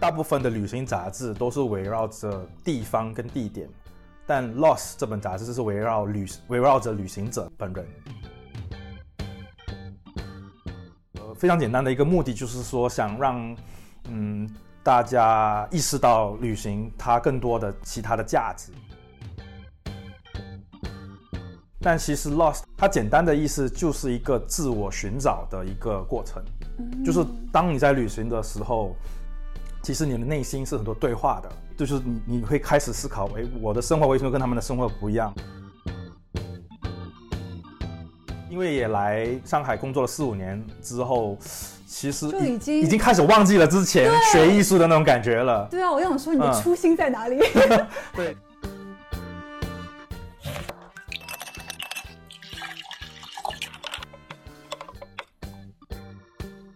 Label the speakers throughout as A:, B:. A: 大部分的旅行杂志都是围绕着地方跟地点，但《Lost》这本杂志是围绕旅围绕着旅行者本人。呃，非常简单的一个目的就是说，想让嗯大家意识到旅行它更多的其他的价值。但其实 lost 它简单的意思就是一个自我寻找的一个过程，
B: 嗯
A: 就是当你在旅行的时候，其实你的内心是很多对话的，就是你你会开始思考，诶，我的生活为什么跟他们的生活不一样？因为也来上海工作了四五年之后，其实
B: 就
A: 已
B: 已经
A: 已经开始忘记了之前学艺术的那种感觉了。
B: 对啊，我想说你的
A: 嗯
B: 初心在哪里？
A: 对。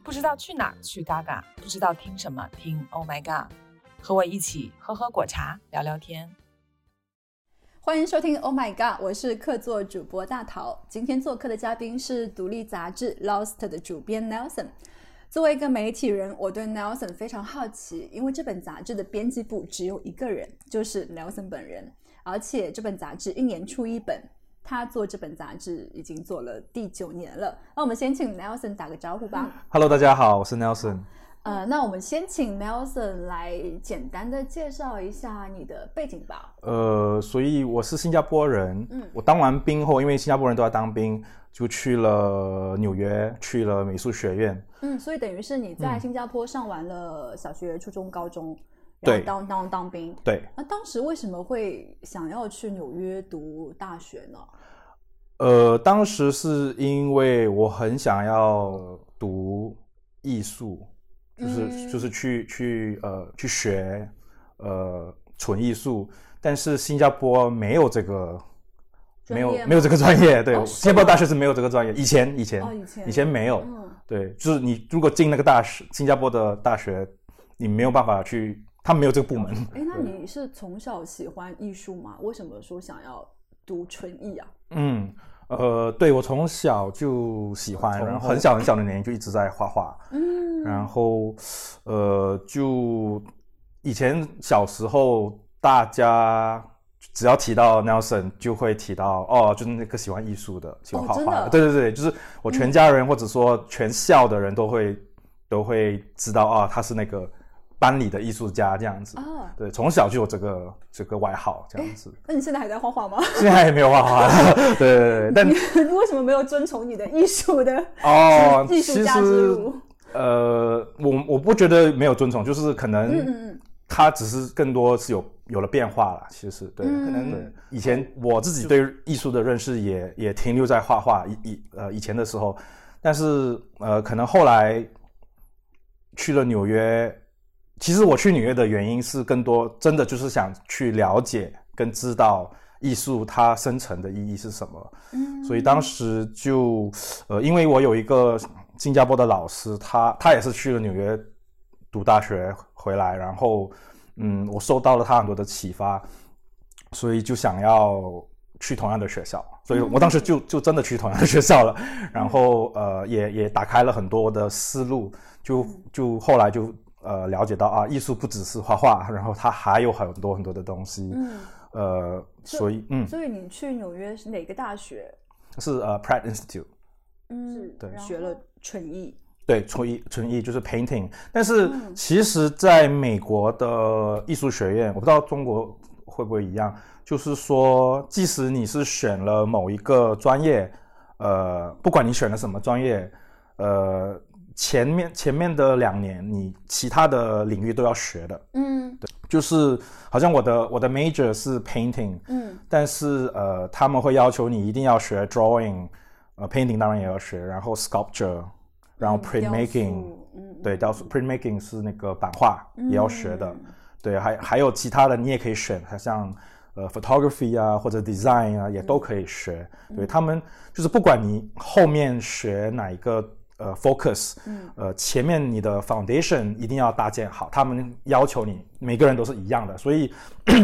C: 不知道去哪儿去嘎嘎，不知道听什么听 Oh my God，和我一起喝喝果茶，聊聊天。
B: 欢迎收听 Oh My God，我是客座主播大桃。今天做客的嘉宾是独立杂志 Lost 的主编 Nelson。作为一个媒体人，我对 Nelson 非常好奇，因为这本杂志的编辑部只有一个人，就是 Nelson 本人，而且这本杂志一年出一本。他做这本杂志已经做了第九年了。那我们先请 Nelson 打个招呼吧。
A: Hello，大家好，我是 Nelson。
B: 呃，那我们先请 Nelson 来简单的介绍一下你的背景吧。
A: 呃，所以我是新加坡人。
B: 嗯
A: 我当完兵后，因为新加坡人都要当兵，就去了纽约，去了美术学院。
B: 嗯，所以等于是你在新加坡上完了小学、初中、高中，然
A: 对
B: 后当当当兵。
A: 对，
B: 那当时为什么会想要去纽约读大学呢？
A: 呃，当时是因为我很想要读艺术，就是、
B: 嗯
A: 就是去去呃去学呃纯艺术，但是新加坡没有这个。没有
B: 专业吗
A: 没有这个专业，对，
B: 哦是
A: 新加坡
B: 吗
A: 大学是没有这个专业，以前以前、
B: 哦，以前
A: 以前没有，
B: 嗯，
A: 对，就是你如果进那个大学，新加坡的大学，你没有办法去，他没有这个部门。
B: 哎，那
A: 嗯
B: 你是从小喜欢艺术吗？为什么说想要读纯艺啊？
A: 嗯，呃，对我从小就喜欢，然后很小很小的年龄就一直在画画，
B: 嗯，
A: 然后，呃，就以前小时候大家。只要提到 Nelson，就会提到哦，就是那个喜欢艺术的，喜欢画
B: 哦真
A: 画的。
B: 的
A: 对对对，就是我全家人、或者说全校的人都会都会知道啊、他是那个班里的艺术家这样子。
B: 啊，
A: 对，从小就有这个这个外号，这样 子。
B: 那你现在还在画画吗？
A: 现在也没有画画了， 对对对，但
B: 你为什么没有遵从你的艺术的
A: 哦，
B: 艺
A: 其
B: 术家之
A: 实
B: 路？
A: 呃，我我不觉得没有遵从，就是可
B: 嗯
A: 能
B: 嗯嗯，
A: 他只是更多是有有了变化了。其实对，
B: 嗯
A: 可能以前我自己对艺术的认识也也停留在画画以以呃以前的时候，但是呃，可能后来去了纽约，其实我去纽约的原因是更多真的就是想去了解跟知道艺术它深层的意义是什么。
B: 嗯
A: 所以当时就，呃，因为我有一个新加坡的老师，他他也是去了纽约读大学回来，然后，嗯，我受到了他很多的启发，所以就想要去同样的学校，所以我当时就就真的去同样的学校了，然后呃，也也打开了很多的思路，就就后来就呃了解到啊，艺术不只是画画，然后它还有很多很多的东西，
B: 嗯，
A: 呃，所以嗯
B: 所以你去纽约是哪个大学？
A: 是呃 Pratt Institute。
B: 嗯，
A: 对
B: 学了纯艺。
A: 对，纯艺纯艺就是 painting，但是其实在美国的艺术学院，我不知道中国会不会一样，就是说，即使你是选了某一个专业，呃，不管你选了什么专业，呃，前面前面的两年你其他的领域都要学的，
B: 嗯
A: 就是好像我的我的 major 是 painting，
B: 嗯
A: 但是呃，他们会要求你一定要学 drawing，呃，painting 当然也要学，然后 sculpture，然后 print making，、，
B: 嗯，
A: 对，雕塑 print making 是那个版画也要学的，
B: 嗯
A: 对，还还有其他的你也可以选，像呃 photography 啊或者 design 啊也都可以学，对他们就是不管你后面学哪一个呃 focus，
B: 嗯
A: 呃前面你的 foundation 一定要搭建好，他们要求你每个人都是一样的，所以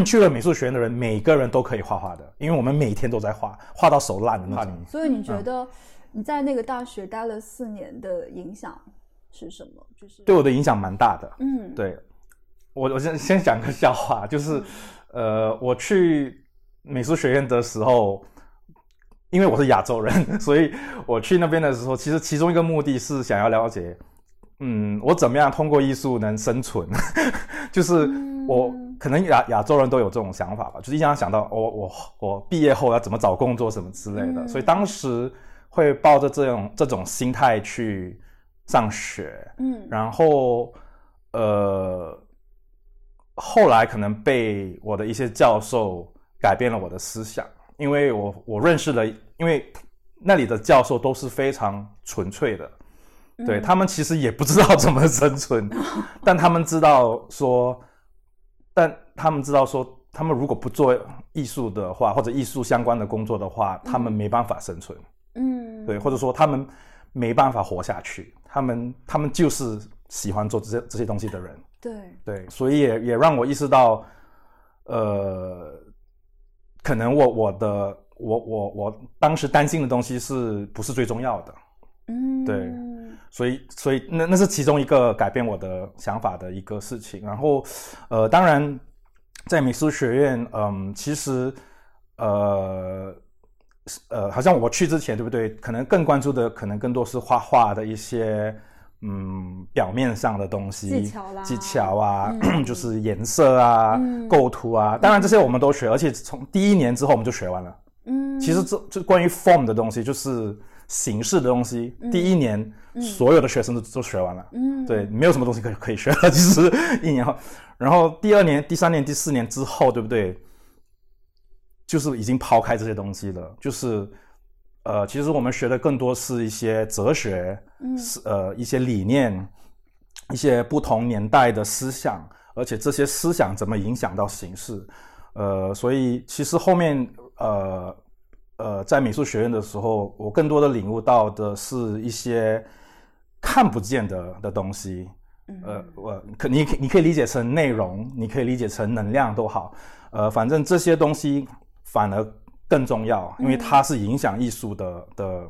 A: 去了美术学院的人每个人都可以画画的，因为我们每天都在画，画到手烂的那种。
B: 所以你觉得你在那个大学待了四年的影响是什么？就是
A: 对我的影响蛮大的，
B: 嗯，
A: 对，我我先先讲个笑话，就是
B: 嗯
A: 呃，我去美术学院的时候，因为我是亚洲人， 所以我去那边的时候，其实其中一个目的是想要了解，嗯，我怎么样通过艺术能生存， 就是我。
B: 嗯
A: 可能亚亚洲人都有这种想法吧，就是一想想到我我我毕业后要怎么找工作什么之类的，
B: 嗯
A: 所以当时会抱着这种这种心态去上学，
B: 嗯
A: 然后呃，后来可能被我的一些教授改变了我的思想，因为我我认识了，因为那里的教授都是非常纯粹的，对
B: 嗯
A: 他们其实也不知道 怎么生 存，但他们知道说，但他们知道说，他们如果不做艺术的话，或者艺术相关的工作的话，他们
B: 嗯
A: 没办法生存。
B: 嗯
A: 对，或者说他们没办法活下去，他们他们就是喜欢做这些这些东西的人，
B: 对
A: 对，所以也也让我意识到，呃，可能我我的我我我当时担心的东西是不是最重要的？
B: 嗯
A: 对所以，所以那那是其中一个改变我的想法的一个事情。然后，呃，当然，在美术学院，嗯，其实，呃，是呃，好像我去之前，对不对？可能更关注的，可能更多是画画的一些，嗯，表面上的东西，
B: 技巧啦
A: 技巧啊，
B: 嗯
A: 就是颜色啊、
B: 嗯
A: 构图啊。当然，这些我们都学，而且从第一年之后我们就学完了。
B: 嗯
A: 其实这这关于 form 的东西，就是形式的东西，
B: 嗯
A: 第一年、
B: 嗯
A: 所有的学生都都学完了，
B: 嗯
A: 对，没有什么东西可以可以学了， 其实一年后，然后第二年、第三年、第四年之后，对不对？就是已经抛开这些东西了，就是呃，其实我们学的更多是一些哲学，
B: 嗯
A: 是呃一些理念，一些不同年代的思想，而且这些思想怎么影响到形式，呃，所以其实后面呃呃在美术学院的时候，我更多的领悟到的是一些看不见的的东西，
B: 嗯
A: 呃，我可你可你可以理解成内容，你可以理解成能量都好，呃，反正这些东西反而更重要，因为
B: 嗯
A: 它是影响艺术的的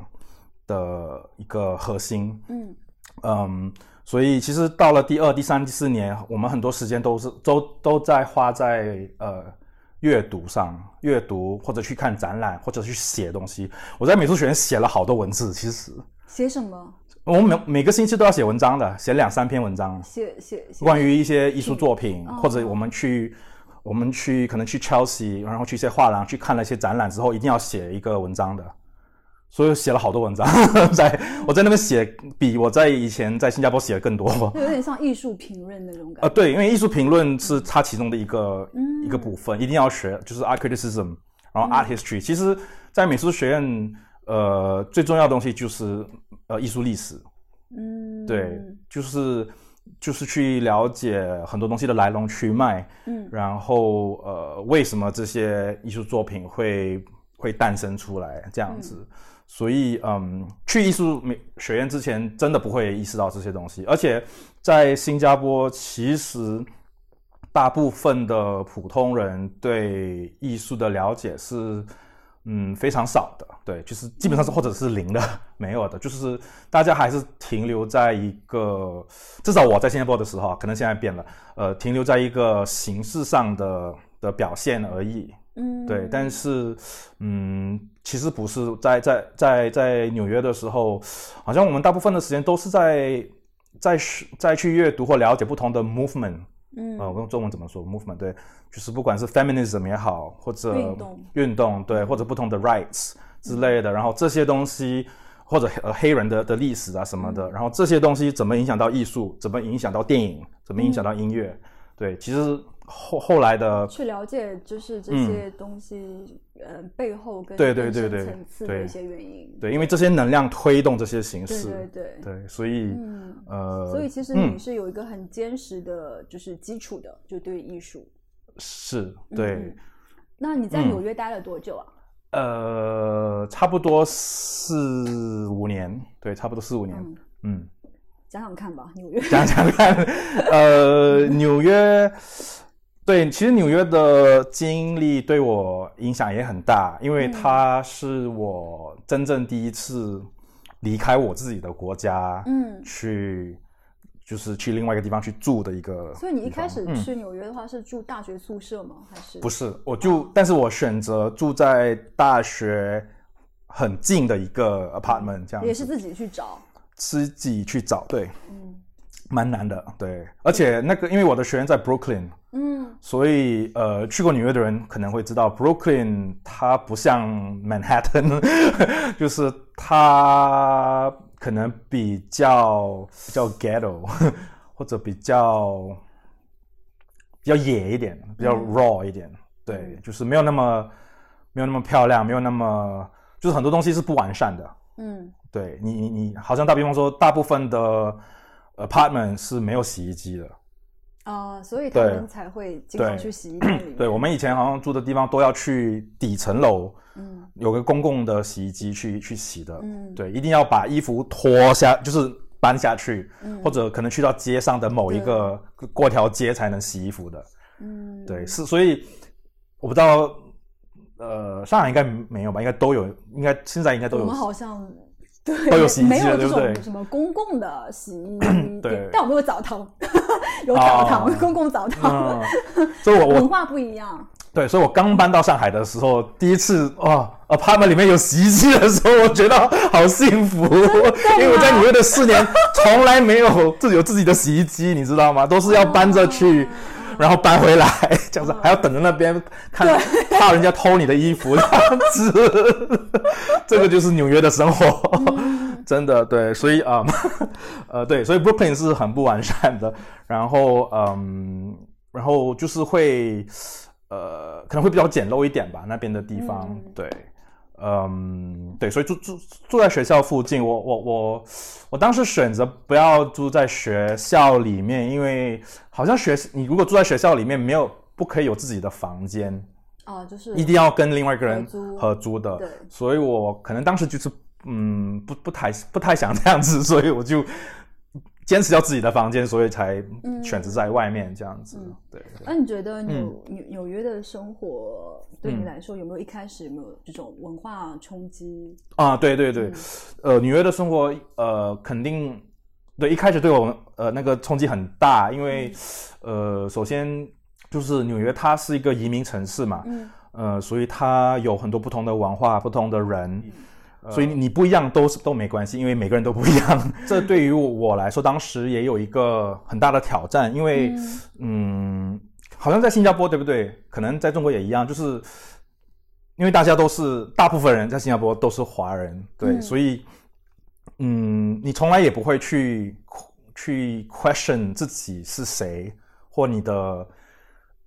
A: 的一个核心。
B: 嗯
A: 嗯，所以其实到了第二、第三、第四年，我们很多时间都是都都在花在呃阅读上，阅读或者去看展览，或者去写东西。我在美术学院写了好多文字，其实
B: 写什么
A: 我每每个星期都要写文章的，写两三篇文章。
B: 写写写
A: 关于一些艺术作品，
B: 嗯
A: 或者我们去我们去可能去 Chelsea，然后去一些画廊去看了一些展览之后，一定要写一个文章的。所以我写了好多文章， 在我在那边写比我在以前在新加坡写的更 多。
B: 有点像艺术评论那种感
A: 呃，
B: 觉，
A: 对，因为艺术评论是它其中的一个、
B: 嗯
A: 一个部分，一定要学，就是 art criticism，然后 art history。其实，在美术学院，呃，最重要的东西就是呃艺术历史。
B: 嗯，
A: 对，就是就是去了解很多东西的来龙去脉，
B: 嗯
A: 然后呃，为什么这些艺术作品会会诞生出来这样子？所以嗯，去艺术美学院之前，真的不会意识到这些东西，而且在新加坡，其实大部分的普通人对艺术的了解是。嗯，非常少的，对，就是基本上是或者是零的， 没有的，就是大家还是停留在一个，至少我在新加坡的时候啊，可能现在变了，呃，停留在一个形式上的的表现而已，
B: 嗯
A: 对，但是，嗯，其实不是在在在在纽约的时候，好像我们大部分的时间都是在在学在去阅读或了解不同的 movement，
B: 嗯
A: 呃，我用中文怎么说？movement 对，就是不管是 feminism 也好，或者
B: 运动嗯
A: 运动对，或者不同的 rights 之类的，然后这些东西或者呃黑人的的历史啊什么
B: 嗯
A: 的，然后这些东西怎么影响到艺术，怎么影响到电影，怎么影响到音乐？
B: 嗯
A: 对，其实后后来的
B: 去了解就是这
A: 嗯
B: 些东西，呃，背后跟
A: 对对
B: 更
A: 对
B: 深
A: 对
B: 层次的
A: 对
B: 一些原因，
A: 对，因为这些能量推动这些形
B: 对
A: 式，
B: 对对，
A: 对所以、
B: 嗯，
A: 呃，
B: 所以其实
A: 嗯
B: 你是有一个很坚实的，就是基础的，就对艺术。
A: 是
B: 嗯
A: 对。
B: 嗯那你在
A: 嗯
B: 纽约待了多久啊？
A: 呃，差不多四五年，对，差不多四五年，
B: 嗯
A: 嗯
B: 讲讲看吧，纽约。
A: 讲讲看，呃，纽约，对，其实纽约的经历对我影响也很大，因为
B: 嗯
A: 它是我真正第一次离开我自己的国家，
B: 嗯
A: 去就是去另外一个地方去住的一个地方。
B: 所以你一开始
A: 嗯
B: 去纽约的话是住大学宿舍吗？还是
A: 不是，我
B: 哦
A: 就但是我选择住在大学很近的一个 apartment，这样
B: 也是
A: 子
B: 自己去找？
A: 自己去找，对，
B: 嗯
A: 蛮难的，对。而且那个因为我的学院在 Brooklyn，
B: 嗯
A: 所以呃，去过纽约的人可能会知道，Brooklyn 它不像 Manhattan，就是 它可能比较比较 ghetto，或 者比较比较野一点，比较 raw 一点。对，就是没有那么没有那么漂亮，没有那么就是很多东西是不完善的。
B: 嗯
A: 对你你你，好像打比方说，大部分的呃 apartment 是没有洗衣机的。
B: 啊，所以他
A: 对
B: 们才会经常
A: 对
B: 去洗衣店里面。
A: 对我们以前好像住的地方都要去底层楼，
B: 嗯
A: 有个公共的洗衣机去去洗的。
B: 嗯
A: 对，一定要把衣服脱下，就是搬下去，
B: 嗯
A: 或者可能去到街上的某一个过条街才能洗衣服的。
B: 嗯
A: 对，是所以我不知道，呃，上海应该没有吧？应该都有，应该现在应该都
B: 我
A: 有
B: 们。好像对
A: 都有洗衣机
B: 没有
A: 了
B: 这
A: 对不
B: 种
A: 对
B: 什么公共的洗 衣店，
A: 对
B: 但我们有澡堂，有澡堂，
A: 哦
B: 公共澡堂，
A: 嗯，所以我
B: 文
A: 我
B: 化不一样。
A: 对，所以我刚搬到上海的时候，第一次哦，apartment 里面有洗衣机的时候，我觉得好幸福，哦因为我在纽约的四年从来没有自己有自己的洗衣机，你知道吗？都是要搬着去，然后搬回来，这样子还要等着那边看，怕人家偷你的衣服这样子。 这个就是纽约的生活， 真的对，所以啊、嗯 呃，对，所以 Brooklyn 是很不完善的，然后嗯，然后就是会，呃，可能会比较简陋一点吧，那边的地方，
B: 嗯
A: 对，嗯，对，所以住住住在学校附近，我我我我当时选择不要住在学校里面，因为好像学你如果住在学校里面没有不可以有自己的房间，
B: 哦，就是
A: 一定要跟另外一个人
B: 合租
A: 合租的，
B: 对
A: 所以我可能当时就是嗯不不太不太想这样子，所以我就坚持要自己的房间，所以才
B: 嗯
A: 选择在外面这样子。
B: 嗯
A: 对，
B: 那你觉得纽
A: 嗯
B: 纽纽约的生活对你来说有没有一开始有没有这种文化冲击？
A: 啊，对对
B: 嗯
A: 对，呃，纽约的生活呃肯定对一开始对我们呃那个冲击很大，因为
B: 嗯
A: 呃首先就是纽约它是一个移民城市嘛，
B: 嗯
A: 呃，所以它有很多不同的文化、不同的人，呃所以你不一样都是都没关系，因为每个人都不一样。这对于我来说，当时也有一个很大的挑战，因为嗯好像在新加坡对不对？可能在中国也一样，就是因为大家都是大部分人在新加坡都是华人，对，
B: 嗯
A: 所以嗯，你从来也不会去 去 question 自己是谁或你的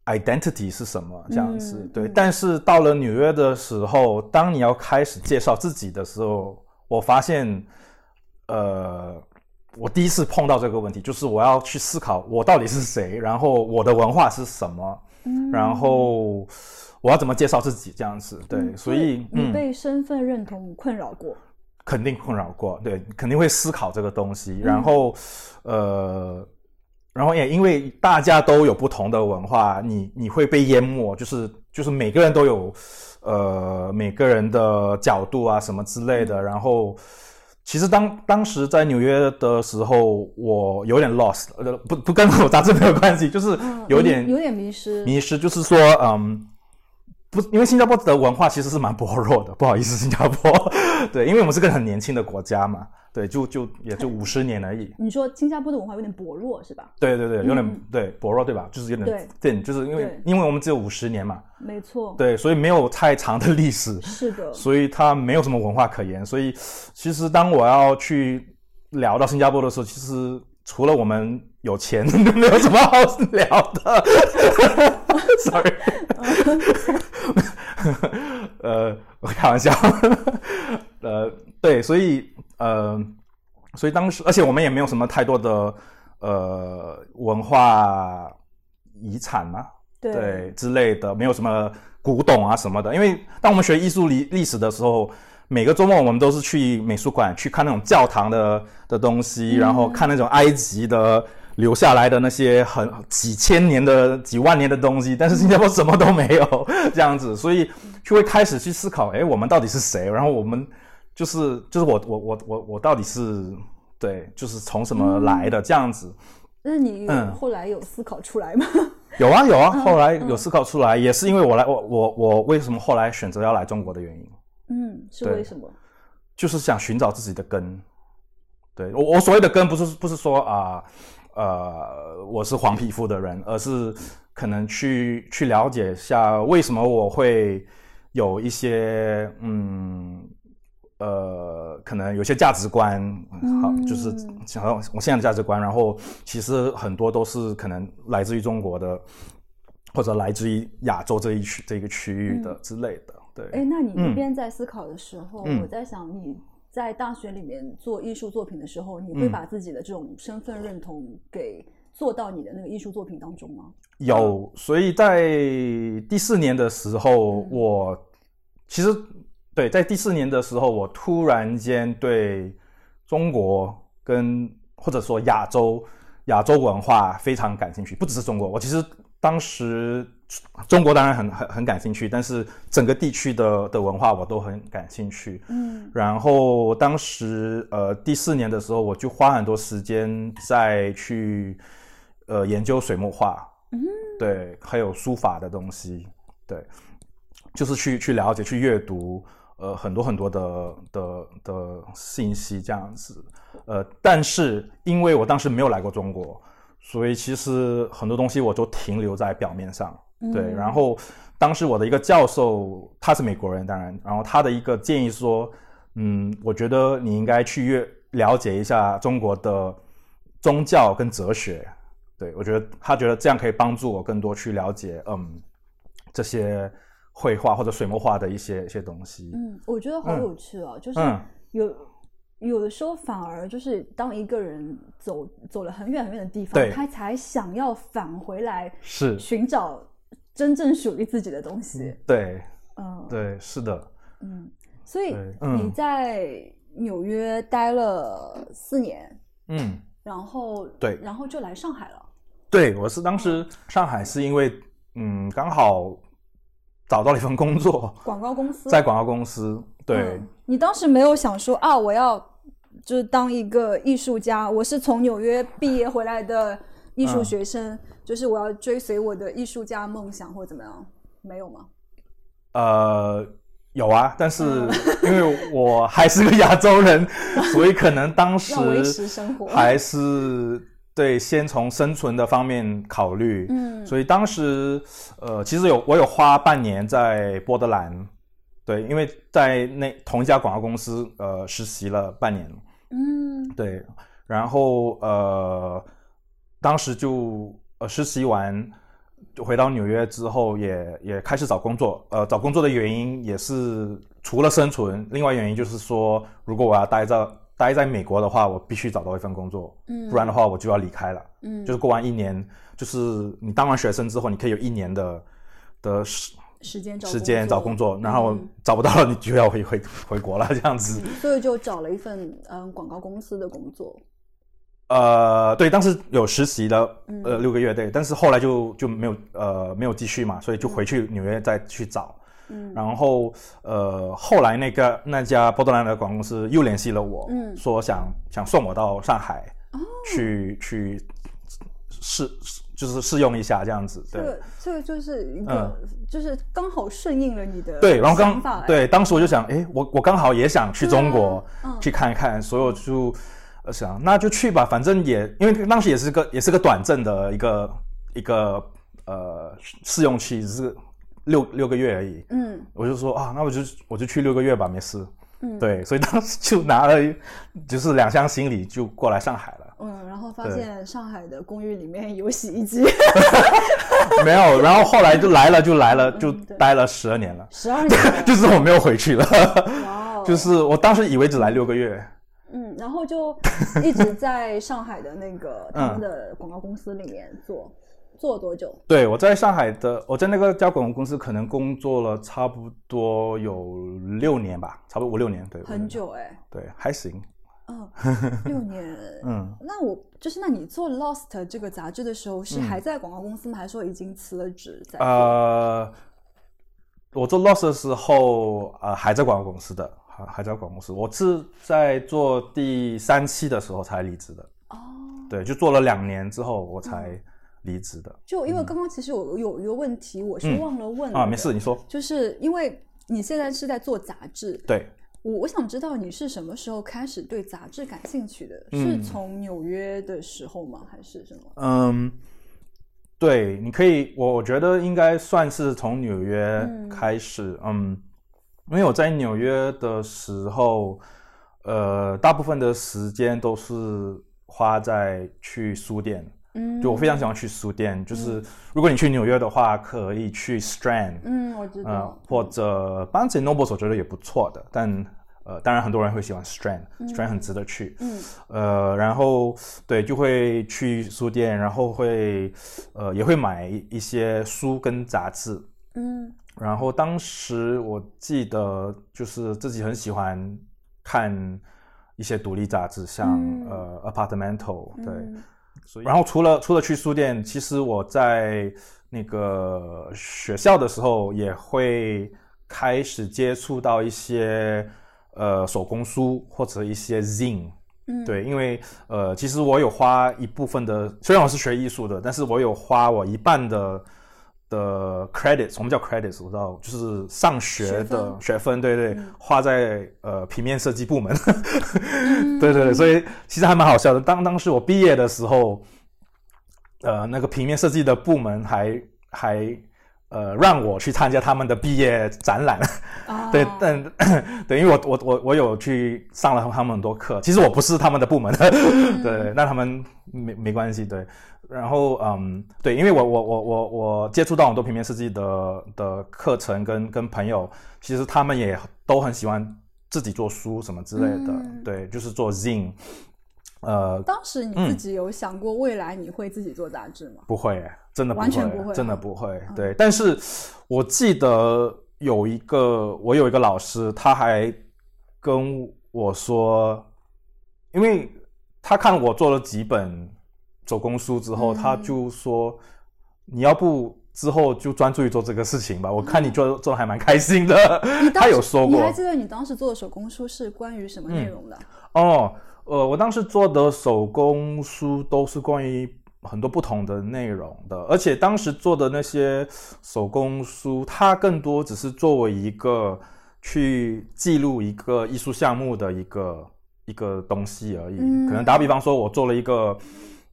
A: identity 是什么这样子，
B: 嗯
A: 对
B: 嗯。
A: 但是到了纽约的时候，当你要开始介绍自己的时候，我发现，呃。我第一次碰到这个问题，就是我要去思考我到底是谁，然后我的文化是什么，
B: 嗯
A: 然后我要怎么介绍自己这样子，对，
B: 嗯
A: 所以
B: 你被身份认同困扰过？
A: 肯定困扰
B: 嗯
A: 过，对，肯定会思考这个东西。然后，呃，然后也因为大家都有不同的文化，你你会被淹没，就是就是每个人都有，呃，每个人的角度啊什么之类
B: 嗯
A: 的。然后，其实当当时在纽约的时候，我有点 lost，呃，不不跟我杂志没有关系，就是
B: 嗯
A: 有点、
B: 有点迷失。
A: 迷失，就是说，嗯，不，因为新加坡的文化其实是蛮薄弱的，不 好意思，新加坡，对，因为我们是个很年轻的国家嘛，对，就就也就五十年而已，
B: 你说新加坡的文化有点薄弱是吧？
A: 对对对，有点、
B: 嗯
A: 对薄弱，对吧？就是有点对，就是因为
B: 对
A: 因为我们只有五十年嘛，
B: 没错，
A: 对，所以没有太长的历史，
B: 是的，
A: 所以它没有什么文化可言。所以其实当我要去聊到新加坡的时候，其实除了我们有钱， 没有什么好聊的。Sorry，呃， 我开玩笑， 呃，对，所以呃，所以当时，而且我们也没有什么太多的呃文化遗产嘛，对之类的，没有什么古董啊什么的。因为当我们学艺术历历史的时候，每个周末我们都是去美术馆去看那种教堂的的东西，然后看那种埃及的留下来的那些很几千年的、几万年的东西。但是新加坡什么都没有 这样子，所以就会开始去思考：哎，我们到底是谁？然后我们就是就是我我我我我到底是对，就是从什么来的、这样子。
B: 那你有
A: 嗯
B: 后来有思考出来吗？
A: 有啊有啊，
B: 嗯
A: 后来
B: 嗯
A: 有思考出来，也是因为我来我我我为什么后来选择要来中国的原因，
B: 嗯，是
A: 对
B: 为什么？
A: 就是想寻找自己的根。对我我所谓的根不是不是说啊呃我是黄皮肤的人，而是可能去去了解一下为什么我会有一些嗯。呃，可能有些价值观，好，就是
B: 嗯
A: 想到我现在的价值观，然后其实很多都是可能来自于中国的，或者来自于亚洲这一区这个区域的
B: 嗯
A: 之类的，对。
B: 哎，那你一
A: 嗯
B: 边在思考的时候，
A: 嗯
B: 我在想你在大学里面做艺术作品的时候，你会
A: 嗯
B: 把自己的这种身份认同给做到你的那个艺术作品当中吗？
A: 有，所以在第四年的时候，
B: 嗯
A: 我其实对，在第四年的时候，我突然间对中国跟或者说亚洲亚洲文化非常感兴趣，不只是中国，我其实当时中国当然很很很感兴趣，但是整个地区的的文化我都很感兴趣。
B: 嗯
A: 然后当时呃第四年的时候，我就花很多时间在去呃研究水墨画，
B: 嗯，
A: 对，还有书法的东西，对，就是去去了解、去阅读呃很多很多的的的信息这样子，呃，但是因为我当时没有来过中国，所以其实很多东西我都停留在表面上。对，
B: 嗯
A: 然后当时我的一个教授，他是美国人，当然，然后他的一个建议说，嗯，我觉得你应该去越了解一下中国的宗教跟哲学。对我觉得他觉得这样可以帮助我更多去了解，嗯，这些绘画或者水墨画的一些一些东西。
B: 嗯，我觉得好
A: 嗯
B: 有趣哦，就是
A: 嗯
B: 有。有的时候反而就是当一个人走走了很远很远的地方，
A: 对
B: 他才想要返回来
A: 是，
B: 寻找真正属于自己的东西。
A: 对
B: 嗯，，
A: 对是的，
B: 嗯，所以
A: 对嗯
B: 你在纽约待了四年，
A: 嗯。
B: 然后
A: 对
B: 然后就来上海了。
A: 对，我是当时上海是因为，嗯，刚好找到了一份工作，
B: 广告公司
A: 在广告公司。对
B: 嗯，你当时没有想说啊，我要就是当一个艺术家，我是从纽约毕业回来的艺术
A: 嗯
B: 学生，就是我要追随我的艺术家梦想或怎么样，没有吗？
A: 呃，有啊，但
B: 嗯
A: 是 因为我还是个亚洲人， 所以可能当时
B: 要维持生活
A: 还是对先从生存的方面考虑。
B: 嗯
A: 所以当时呃，其实有我有花半年在波德兰，对，因为在那同一家广告公司呃实习了半年。
B: 嗯
A: 对，然后呃，当时就呃实习完，就回到纽约之后也也开始找工作。呃，找工作的原因也是除了生存，另外原因就是说，如果我要待在待在美国的话，我必须找到一份工作，
B: 嗯
A: 不然的话我就要离开了。
B: 嗯，
A: 就是过完一年，就是你当完学生之后，你可以有一年的的时
B: 时间找
A: 时间找工作，然后
B: 嗯
A: 找不到了你就要回回回国了这样子。
B: 所以就找了一份嗯广告公司的工作。
A: 呃，对，当时有实习的，呃，
B: 嗯
A: 六个月对，但是后来就就没有呃没有继续嘛，所以就回去纽约再去找。
B: 嗯，
A: 然后呃，后来那个那家波特兰的广告公司又联系了我，
B: 嗯哦
A: 说想想送我到上海去、去试就是试用一下这样子，
B: 这
A: 对。嗯
B: 个这个就是一个，就是刚好顺应了你的
A: 对，然后
B: 想法
A: 刚
B: 哎，
A: 对，当时我就想，诶，我我刚好也想去中国、
B: 对啊嗯
A: 去看一看，所以我就呃想那就去吧，反正也因为当时也是个也是个短暂的一个一个呃试用期，只是六六个月而已。
B: 嗯
A: 我就说啊，那我就我就去六个月吧，没事。
B: 嗯
A: 对，所以当时就拿了一就是两箱行李就过来上海了。
B: 嗯，然后发
A: 对
B: 现上海的公寓里面有洗衣 机，
A: 没有，然后后来就来了就来了，就
B: 嗯对
A: 待了十二年了，
B: 十二年了，
A: 就是我没有回去了，
B: 哇哦，
A: 就是我当时以为只来六个月。
B: 嗯，然后就一直在上海的那个他们
A: 嗯
B: 的广告公司里面做，做了多久？
A: 对，我在上海的，我在那个家广告公司可能工作了差不多有六年吧，差不多五六年，对，五六
B: 很
A: 年，
B: 久哎，
A: 对，还行，
B: 嗯，六年，
A: 嗯，
B: 那我就是，那你做《Lost》这个杂志的时候，是
A: 嗯
B: 还在广告公司吗？还是说已经辞了职在做？
A: 呃呃，我做 Loss 的时候，呃，还在广告公司的，还还在广告公司，我是在做第三期的时候才离职的。
B: 哦，
A: 对，就做了两年之后我才离职的。
B: 就因为刚刚其实我有一个问题，我是
A: 嗯
B: 忘了问
A: 啊，
B: 了
A: 没事，
B: 的，
A: 你说。
B: 就是因为你现在是在做杂志，
A: 对，
B: 我我想知道你是什么时候开始对杂志感兴趣的？是
A: 嗯
B: 从纽约的时候吗？还是什么？
A: 嗯，对，你可以，我我觉得应该算是从纽约
B: 嗯
A: 开始，嗯因为我在纽约的时候，呃，大部分的时间都是花在去书店，
B: 嗯，
A: 就我非常喜欢去书店，就是如果你去纽约的话，可以去 Strand，
B: 嗯，我知
A: 呃
B: 道，，
A: 或者 Barnes and Noble 我觉得也不错的，但呃，当然很多人会喜欢 Strand，Strand、Strand 很值得去，
B: 嗯
A: 呃，然后对，就会去书店，然后会呃也会买一些书跟杂志。
B: 嗯
A: 然后当时我记得就是自己很喜欢看一些独立杂志，像、
B: 嗯
A: 呃 Apartmental，对。
B: 嗯
A: 所以然后除了除了去书店，其实我在那个学校的时候也会开始接触到一些呃手工书或者一些 zine。
B: 嗯，
A: 对，因为呃，其实我有花一部分的，虽然我是学艺术的，但是我有花我一半的的 credits，我们叫 credits，我知道，就是上学
B: 学分
A: 的学分，对对，
B: 嗯
A: 花在呃平面设计部门，
B: 嗯
A: 对对对，所以其实还蛮好笑的。当当时我毕业的时候，呃，那个平面设计的部门还还呃让我去参加他们的毕业展览，
B: 啊，
A: 对，但 对，因为我我我我有去上了他们很多课，其实我不是他们的部门的， 对，那他们没没关系，对。然后嗯，对，因为我我我我我接触到很多平面设计的的课程跟跟朋友，其实他们也都很喜欢自己做书什么之类的，
B: 嗯
A: 对，就是做 zine，呃，
B: 当时你自己有想过未来你会自己做杂志吗？
A: 不会，真的不会，
B: 完全不会啊
A: 真的不会。对，但是我记得有一个，我有一个老师，他还跟我说，因为他看我做了几本手工书之后，
B: 嗯
A: 他就说，你要不。之后就专注于做这个事情吧，我看你做做的还蛮开心的。
B: 嗯你
A: 他
B: 当时
A: 有说
B: 你
A: 过嗯
B: 还，记得你当时做的手工书是关于什么内容的？
A: 哦，呃，我当时做的手工书都是关于很多不同的内容的，而且当时做的那些手工书，它更多只是作为一个去记录一个艺术项目的一个一个东西而已。
B: 嗯
A: 可能打比方说，我做了一个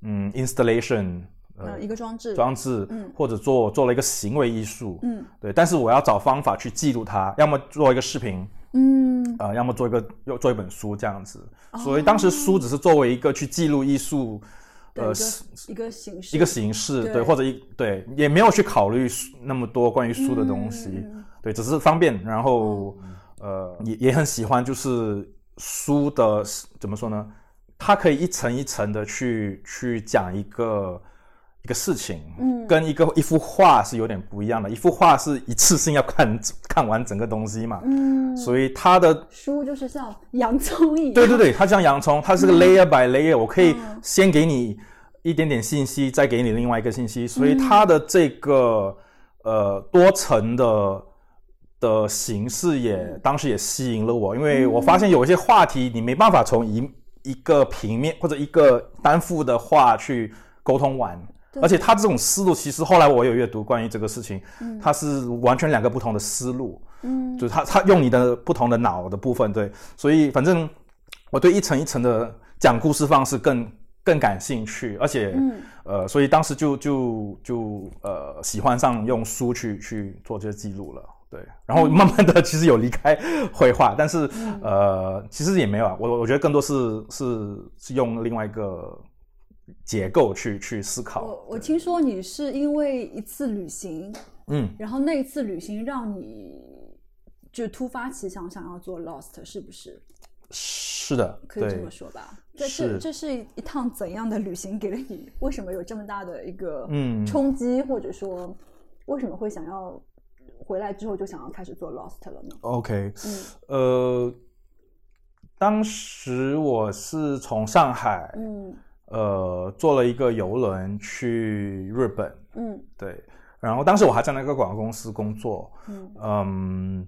A: 嗯 installation，呃
B: 嗯，，一个装置，
A: 装置，
B: 嗯
A: 或者做做了一个行为艺术，
B: 嗯
A: 对，但是我要找方法去记录它，要么做一个视频。
B: 嗯
A: 呃，要么做一个又做一本书这样子，啊
B: 哦
A: 所以当时书只是作为一个去记录艺术，
B: 对
A: 呃，
B: 就是一个形式，
A: 一个形式，
B: 对
A: 对，或者一对，也没有去考虑书那么多关于书的东西，
B: 嗯哦
A: 对，只是方便，然后、呃，也也很喜欢，就是书的怎么说呢？它可以一层一层的去去讲一个一个事情，
B: 嗯
A: 跟一个一幅画是有点不一样的，一幅画是一次性要看看完整个东西嘛，
B: 嗯，
A: 所以它的
B: 书就是像洋葱一样，
A: 对对对，它像洋葱，它是个 layer by layer，、我可以
B: 嗯
A: 先给你一点点信息，再给你另外一个信
B: 嗯
A: 息，所以它的这个呃多层的的形式也、
B: 嗯
A: 当时也吸引了我，因为我发现有一些话题你没办法从一一个平面或者一个单幅的画去沟通完。
B: 对
A: 而且他这种思路，其实后来我有阅读关于这个事情，它是完全两个不同的思路。
B: 嗯
A: 就是他他用你的不同的脑的部分，对，所以反正我对一层一层的讲故事方式更更感兴趣，而且、
B: 嗯
A: 呃，所以当时就就就呃喜欢上用书去去做这些记录了。对，然后慢慢的其实有离开绘画，但是、
B: 嗯
A: 呃，其实也没有啊。我我觉得更多是是是用另外一个结构去去思考。
B: 我我听说你是因为一次旅行，
A: 嗯，
B: 然后那一次旅行让你就突发奇想想要做 Lost，是不是？
A: 是的，
B: 可以这
A: 对
B: 么，说吧？这这
A: 是
B: 这是一趟怎样的旅行给了你？为什么有这么大的一个
A: 嗯
B: 冲击，或者说为什么会想要回来之后就想要开始做 Lost 了呢？
A: OK，
B: 嗯
A: 呃，当时我是从上海，
B: 嗯
A: 呃，坐了一个游轮去日本，
B: 嗯
A: 对。然后当时我还在那个广告公司工作，
B: 嗯
A: 嗯，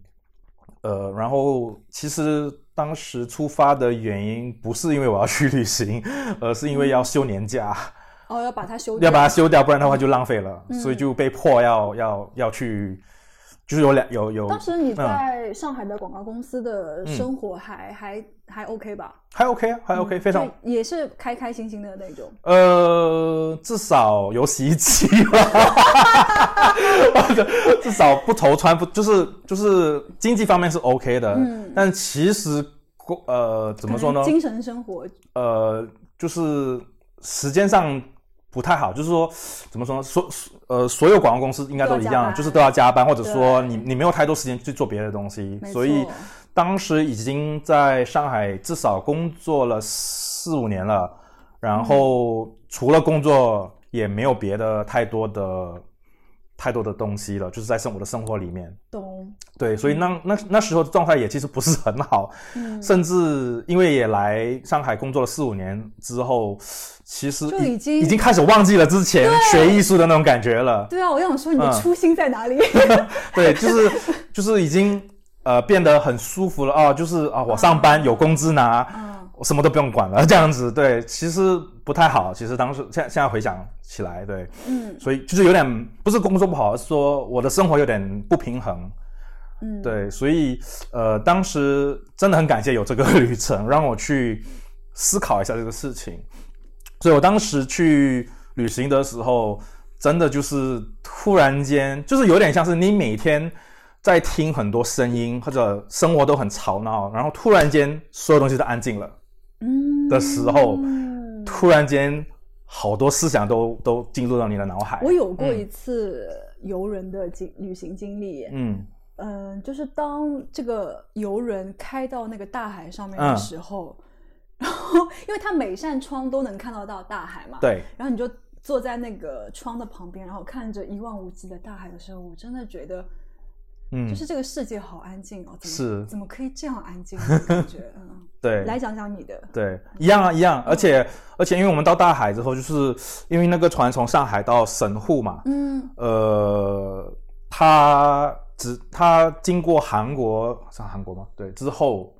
A: 呃，然后其实当时出发的原因不是因为我要去旅行，呃，是因为要休年假，
B: 哦，要把它修
A: 要
B: 掉，
A: 把它休掉，不然的话就浪费了，
B: 嗯
A: 所以就被迫要要要去，就是有两有有
B: 当时你在上海的广告公司的
A: 嗯
B: 生活还、还还 OK 吧？
A: 还 OK 啊还 OK，、非常
B: 就也是开开心心的那种。
A: 呃，至少有洗衣机了， 至少不愁穿不就是就是经济方面是 OK 的，
B: 嗯
A: 但其实呃怎么说呢
B: 可能？精神生活
A: 呃，就是时间上不太好，就是说怎么说呢？所呃所有广告公司应该都一
B: 都要加
A: 样，
B: 班
A: 就是都要加班，或者说
B: 对
A: 你你没有太多时间去做别的东西
B: 没，错
A: 所以当时已经在上海至少工作了四五年了，然
B: 嗯
A: 后除了工作也没有别的太多的太多的东西了，就是在生我的生活里面。
B: 懂，
A: 对，所以那那那时候的状态也其实不是很好，
B: 嗯，
A: 甚至因为也来上海工作了四五年之后，其实
B: 就已经
A: 已经开始忘记了之前学艺术的那种感觉 了。
B: 对啊，我想说你的
A: 嗯
B: 初心在 哪里？
A: 对，就是就是已经呃变得很舒服了啊，就是啊我上班有工资拿，
B: 嗯，
A: 我什么都不用管了这 样子。对，其实不太好。其实当时现在现在回想起来，对，
B: 嗯
A: 所以就是有点不是工作不好，而是说我的生活有点不平衡。
B: 嗯，
A: 对，所以呃，当时真的很感谢有这个 旅程，让我去思考一下这个事情。所以我当时去旅行的时候，真的就是突然间，就是有点像是你每天在听很多声音，或者生活都很吵闹，然后突然间所有东西都安静了，
B: 嗯
A: 的时候
B: 嗯
A: 突然间好多思想都都进入到你的脑海。
B: 我有过
A: 嗯
B: 一次游轮的经旅行经历，
A: 嗯
B: 嗯，就是当这个游轮开到那个大海上面的
A: 嗯
B: 时候，然后 因为它每扇窗都能看得到大海嘛，，
A: 对，
B: 然后你就坐在那个窗的旁边，然后看着一望无际的大海的时候，我真的觉得，
A: 嗯，
B: 就是这个世界好安静哦，怎么
A: 是
B: 怎么可以这样安静的感觉？嗯，
A: 对，
B: 来嗯讲讲你的，
A: 对，一样啊，一样。而且而且，因为我们到大海之后，就是因为那个船从上海到神户嘛，
B: 嗯
A: 呃，它只它经过韩国，上韩国吗？对，之后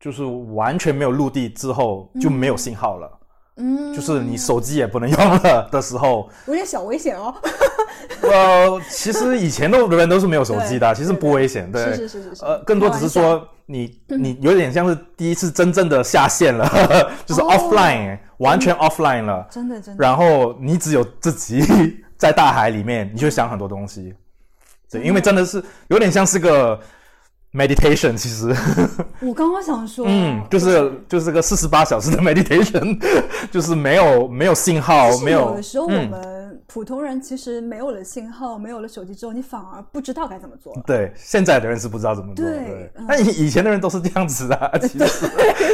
A: 就是完全没有陆地，之后就没有信号了，
B: 嗯，
A: 就是你手机也不能用了的时候，
B: 有点小危险哦，
A: 呃，其实以前的人都是没有手机的，
B: 对
A: 其实不危险，对。
B: 是是是是是，
A: 呃，更多只是
B: 开玩笑，嗯
A: 说你你有点像是第一次真正的下线了， 就是
B: 哦
A: offline，、完
B: 嗯
A: 全 offline 了。
B: 真的真的，
A: 然后你只有自己在大海里面，你就想很多东西。对，
B: 嗯
A: 因为真的是有点像是个 meditation，其实，
B: 我刚刚想说，
A: 嗯，就是就是个四十八小时的 meditation，就是 没有没有信号
B: 就，是
A: 没
B: 有
A: 有。
B: 的时候我
A: 嗯
B: 们普通人其实没有了信号，没有了手机之后，你反而不知道该怎么做了。
A: 对，现在的人是不知道怎么做。
B: 对
A: 对
B: 嗯，
A: 但以以前的人都是这样子的啊， 其实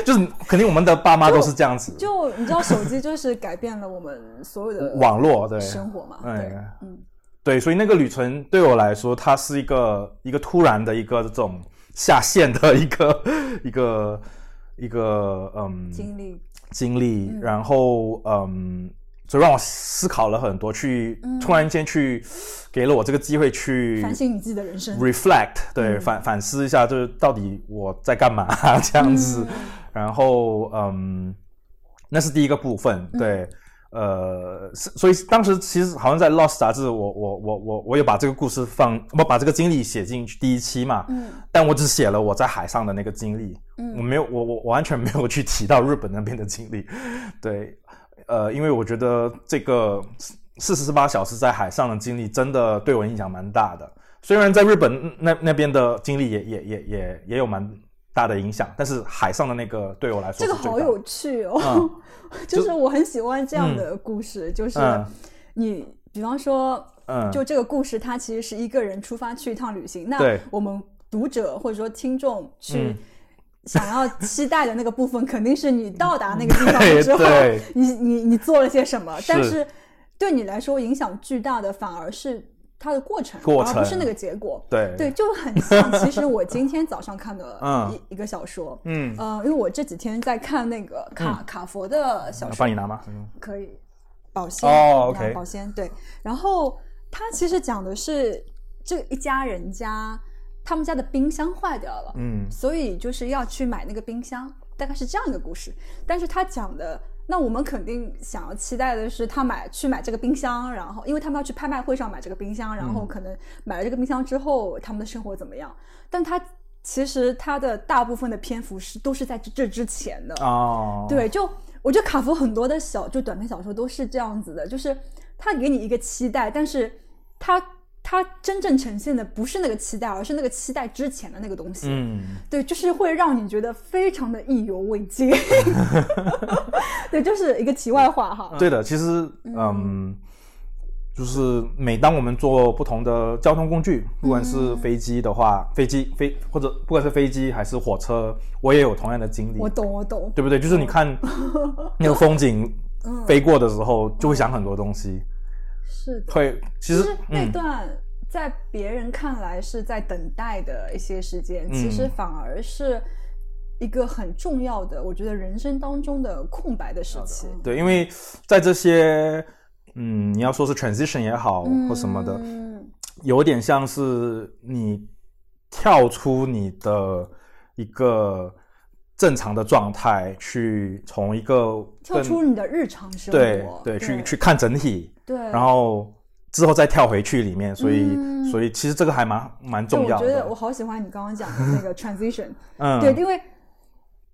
A: 就是肯定我们的爸妈都是这样子。
B: 就你知道，手机就是改变了我们所有的
A: 网络对
B: 生活嘛。
A: 哎
B: 对，嗯，
A: 对，所以那个旅程对我来说，它是一个一个突然的一个这种下线的一个一个一个嗯
B: 经历，
A: 经历，
B: 嗯
A: 然后嗯，所以让我思考了很多，去、
B: 嗯
A: 突然间去给了我这个机会去
B: 反省你自嗯己的人生。
A: reflect，对、反反思一下，就是到底我在干嘛啊这样
B: 嗯
A: 子，然后嗯，那是第一个部分，对，呃，是所以当时其实好像在 Lost 杂志，我我我我我有把这个故事放，我把这个经历写进去第一期嘛，
B: 嗯
A: 但我只写了我在海上的那个经历，
B: 嗯
A: 我没有我我我完全没有去提到日本那边的经历，对，呃，因为我觉得这个四十八小时在海上的经历真的对我影响蛮大的。虽然在日本嗯那那边的经历也也也也也有蛮大的影响，但是海上的那个对我来说
B: 这
A: 是
B: 个
A: 最大
B: 好
A: 的
B: 有趣哦
A: 嗯，
B: 就是我很喜欢这样的故事，就是
A: 嗯
B: 你，比方说，
A: 嗯
B: 就这个故事，它其实是一个人出发去一趟旅行。那
A: 对
B: 我们读者或者说听众去
A: 嗯
B: 想要期待的那个部分，肯定是你到达那个地方
A: 对
B: 之后
A: 对，
B: 你你你做了些什么。
A: 是
B: 但是对你来说影响巨大的，反而是它的过程，
A: 过
B: 而不
A: 程
B: 是那个结果。
A: 对
B: 对，就很像。其实我今天早上看的
A: 嗯
B: 一一个小说，
A: 嗯，
B: 呃，因为我这几天在看那个卡、卡佛的小
A: 我
B: 说
A: 帮你，拿吗？
B: 可以保鲜
A: 哦
B: 嗯
A: OK
B: 保鲜对。然后他其实讲的是这一家人家，他们家的冰箱坏掉了，
A: 嗯
B: 所以就是要去买那个冰箱，大概是这样一个故事。但是他讲的，那我们肯定想要期待的是他买去买这个冰箱，然后因为他们要去拍卖会上买这个冰箱，然后可能买了这个冰箱之后他们的生活怎么样？但他其实他的大部分的篇幅是都是在这这之前的
A: 哦，
B: 对，就我觉得卡夫很多的小就短篇小说都是这样子的，就是他给你一个期待，但是他他真正呈现的不是那个期待，而是那个期待之前的那个东西。
A: 嗯，
B: 对，就是会让你觉得非常的意犹未 尽。对，就是一个题外话哈。
A: 对的，其实嗯，就是每当我们坐不同的交通工具，不管
B: 嗯
A: 是飞机的话，飞机飞或者不管是飞机还是火车，我也有同样的经历
B: 我，懂，我懂。
A: 对不对？就是你看那个风景
B: 嗯，
A: 飞过的时候，就会想很多东西，
B: 是的。
A: 会其
B: 其
A: 实
B: 实那
A: 嗯
B: 段在别人看来是在等待的一些时间，
A: 嗯
B: 其实反而是一个很重要的，我觉得人生当中的空白的时期。
A: 对，因为在这些嗯，你要说是 transition 也好
B: 嗯，
A: 哦或什么的，有点像是你跳出你的一个正常的状态，去从一个
B: 跳
A: 更
B: 出你的日常生活，
A: 对对
B: 对
A: 去去看整体，
B: 对，
A: 然后之后再跳回去里面，所以、
B: 嗯
A: 所以其实这个还蛮蛮
B: 对
A: 重要
B: 我觉得我
A: 的。
B: 好喜欢你刚刚讲的 那个 transition，
A: 嗯，
B: 对，因为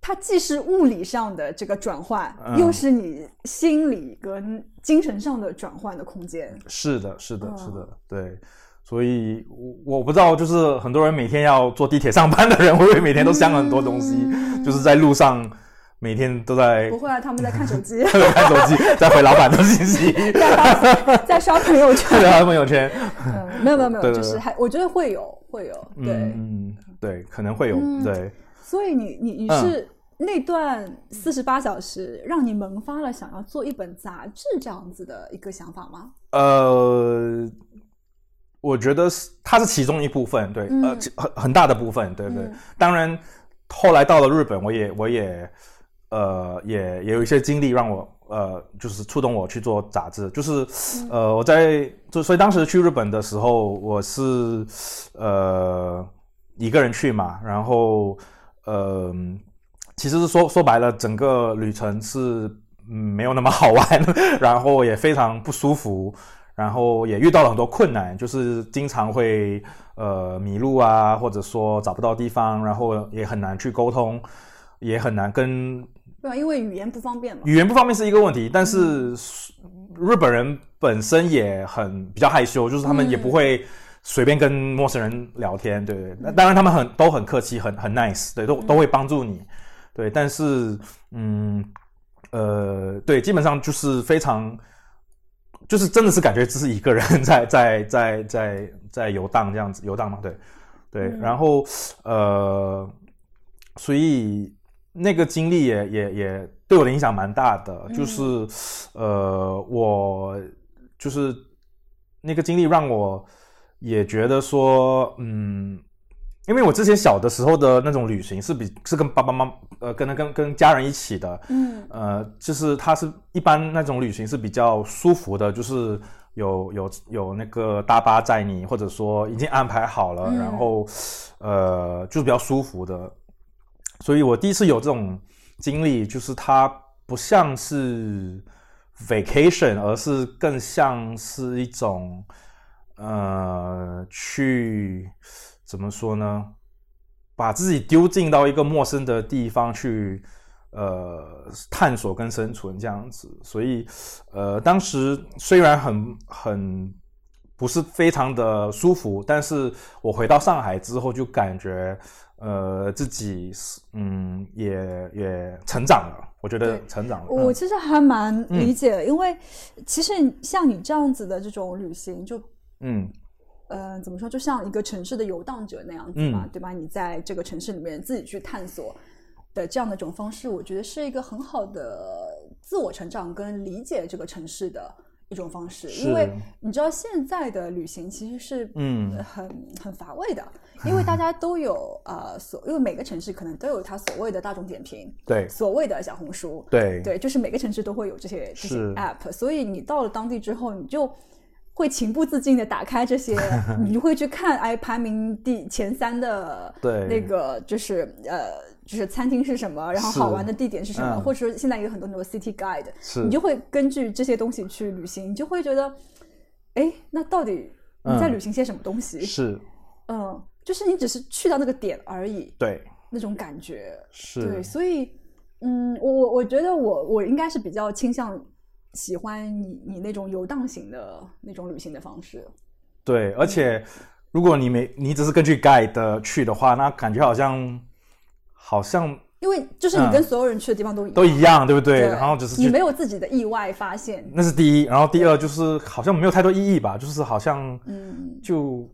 B: 它既是物理上的这个转换，
A: 嗯
B: 又是你心理跟精神上的转换的空间。
A: 是的，是的，
B: 嗯
A: 是的，对。所以我我不知道，就是很多人每天要坐地铁上班的人， 会不会每天都想很多东西，
B: 嗯
A: 就是在路上每天都在，
B: 不会啊，他们在看手机
A: 看手 机，在回老板的信息，
B: 在刷在刷朋友圈
A: 看。他朋友圈。
B: 嗯，没有没有没有，
A: 啊对对
B: 就
A: 对
B: 是还我觉得会有会有，对，
A: 嗯，对，可能会有，
B: 嗯
A: 对，
B: 所以你你你
A: 嗯
B: 是那段四十八小时让你萌发了想要做一本杂志这样子的一个想法吗？
A: 呃，我觉得是它是其中一部分，对，
B: 嗯
A: 呃，其很很大的部分，对对。
B: 嗯
A: 当然，后来到了日本，我也我也呃也也有一些经历让我呃就是触动我去做杂志，就是
B: 嗯
A: 呃我在就所以当时去日本的时候，我是呃一个人去嘛，然后呃其实是说说白了，整个旅程是。嗯，没有那么好玩， 然后也非常不舒服，然后也遇到了很多困难，就是经常会呃迷路啊，或者说找不到地方，然后也很难去沟通，也很难跟
B: 对吧？因为语言不方便嘛。
A: 语言不方面是一个问题，但是日本人本身也很比较害羞，就是他们也不会随便跟陌生人聊天，对对。那当然他们很都很客气，很很 nice，对，都都会帮助你，对。但是嗯呃，对，基本上就是非常。就是真的是感觉只是一个人在在在在在游荡这样子游荡嘛，对对，
B: 嗯
A: 然后呃，所以那个经历也也也对我的影响蛮大的，就是、呃，我就是那个经历让我也觉得说，嗯，因为我之前小的时候的那种旅行是比是跟爸爸妈妈呃跟跟跟家人一起的，
B: 嗯
A: 呃，就是它是一般那种旅行是比较舒服的，就是有有有那个大巴载你，或者说已经安排好了，
B: 嗯
A: 然后呃就是比较舒服的。所以我第一次有这种经历，就是它不像是 vacation，而是更像是一种呃去怎么说呢？把自己丢进到一个陌生的地方去，呃，探索跟生存这样子。所以，呃，当时虽然很很不是非常的舒服，但是我回到上海之后就感觉，呃，自己是嗯也也成长了，我觉得
B: 对
A: 成长了。
B: 我
A: 嗯
B: 其实还蛮理解的，因为其实像你这样子的这种旅行，就
A: 嗯
B: 呃，怎么说，就像一个城市的游荡者那样子嘛，
A: 嗯
B: 对吧？你在这个城市里面自己去探索的这样的一种方式，我觉得是一个很好的自我成长跟理解这个城市的一种方式。
A: 是
B: 因为你知道现在的旅行其实是
A: 嗯
B: 呃很很乏味的，因 为大家都有呃所，因为每个城市可能都有它所谓的大众点评，
A: 对
B: 所谓的小红书，
A: 对
B: 对，就是每个城市都会有这些这些
A: 是
B: app，所以你到了当地之后，你就会情不自禁的打开这些，你会去看哎排名第前三的
A: 对
B: 那个就是呃就是餐厅是什么，然后
A: 是
B: 好玩的地点是什么，
A: 嗯
B: 或者说现在有很多那种 city guide，
A: 是
B: 你就会根据这些东西去旅行，你就会觉得，哎，那到底你在
A: 嗯
B: 旅行些什么东西？
A: 是，
B: 嗯就是你只是去到那个点而已，
A: 对，
B: 那种感觉。对，
A: 是，
B: 所以，嗯，我我我觉得我我应该是比较倾向喜欢你你那种游荡型的那种旅行的方式。
A: 对，而
B: 嗯
A: 且如果你没你只是根据 guide 的去的话，那感觉好像好像
B: 因为就是你跟
A: 嗯
B: 所有人去的地方都一样，
A: 都一样，对不对？
B: 对
A: 然后只是
B: 你
A: 去
B: 没有自己的意外发现，
A: 那是第一，然后第二就是好像没有太多意义吧，就是好像
B: 嗯，
A: 就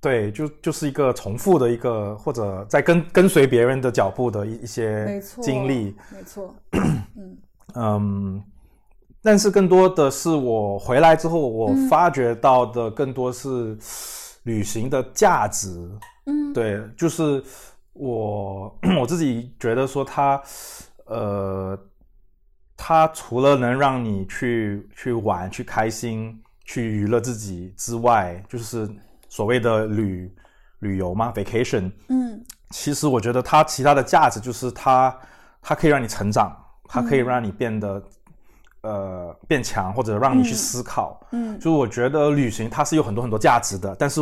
A: 对，就就是一个重复的一个或者在跟跟随别人的脚步的一一
B: 没
A: 些
B: 错，
A: 经历，
B: 没错，嗯
A: 嗯。但是更多的是我回来之后，我
B: 嗯
A: 发觉到的更多是旅行的价值。
B: 嗯，
A: 对，就是我 我自己觉得说它，呃，它除了能让你去去玩、去开心、去娱乐自己之外，就是所谓的旅旅游嘛，vacation。
B: 嗯
A: 其实我觉得它其他的价值就是它，它可以让你成长，它可以
B: 嗯
A: 让你变得、呃变强，或者让你去
B: 嗯
A: 思考。
B: 嗯
A: 就是我觉得旅行它是有很多很多价值的，但是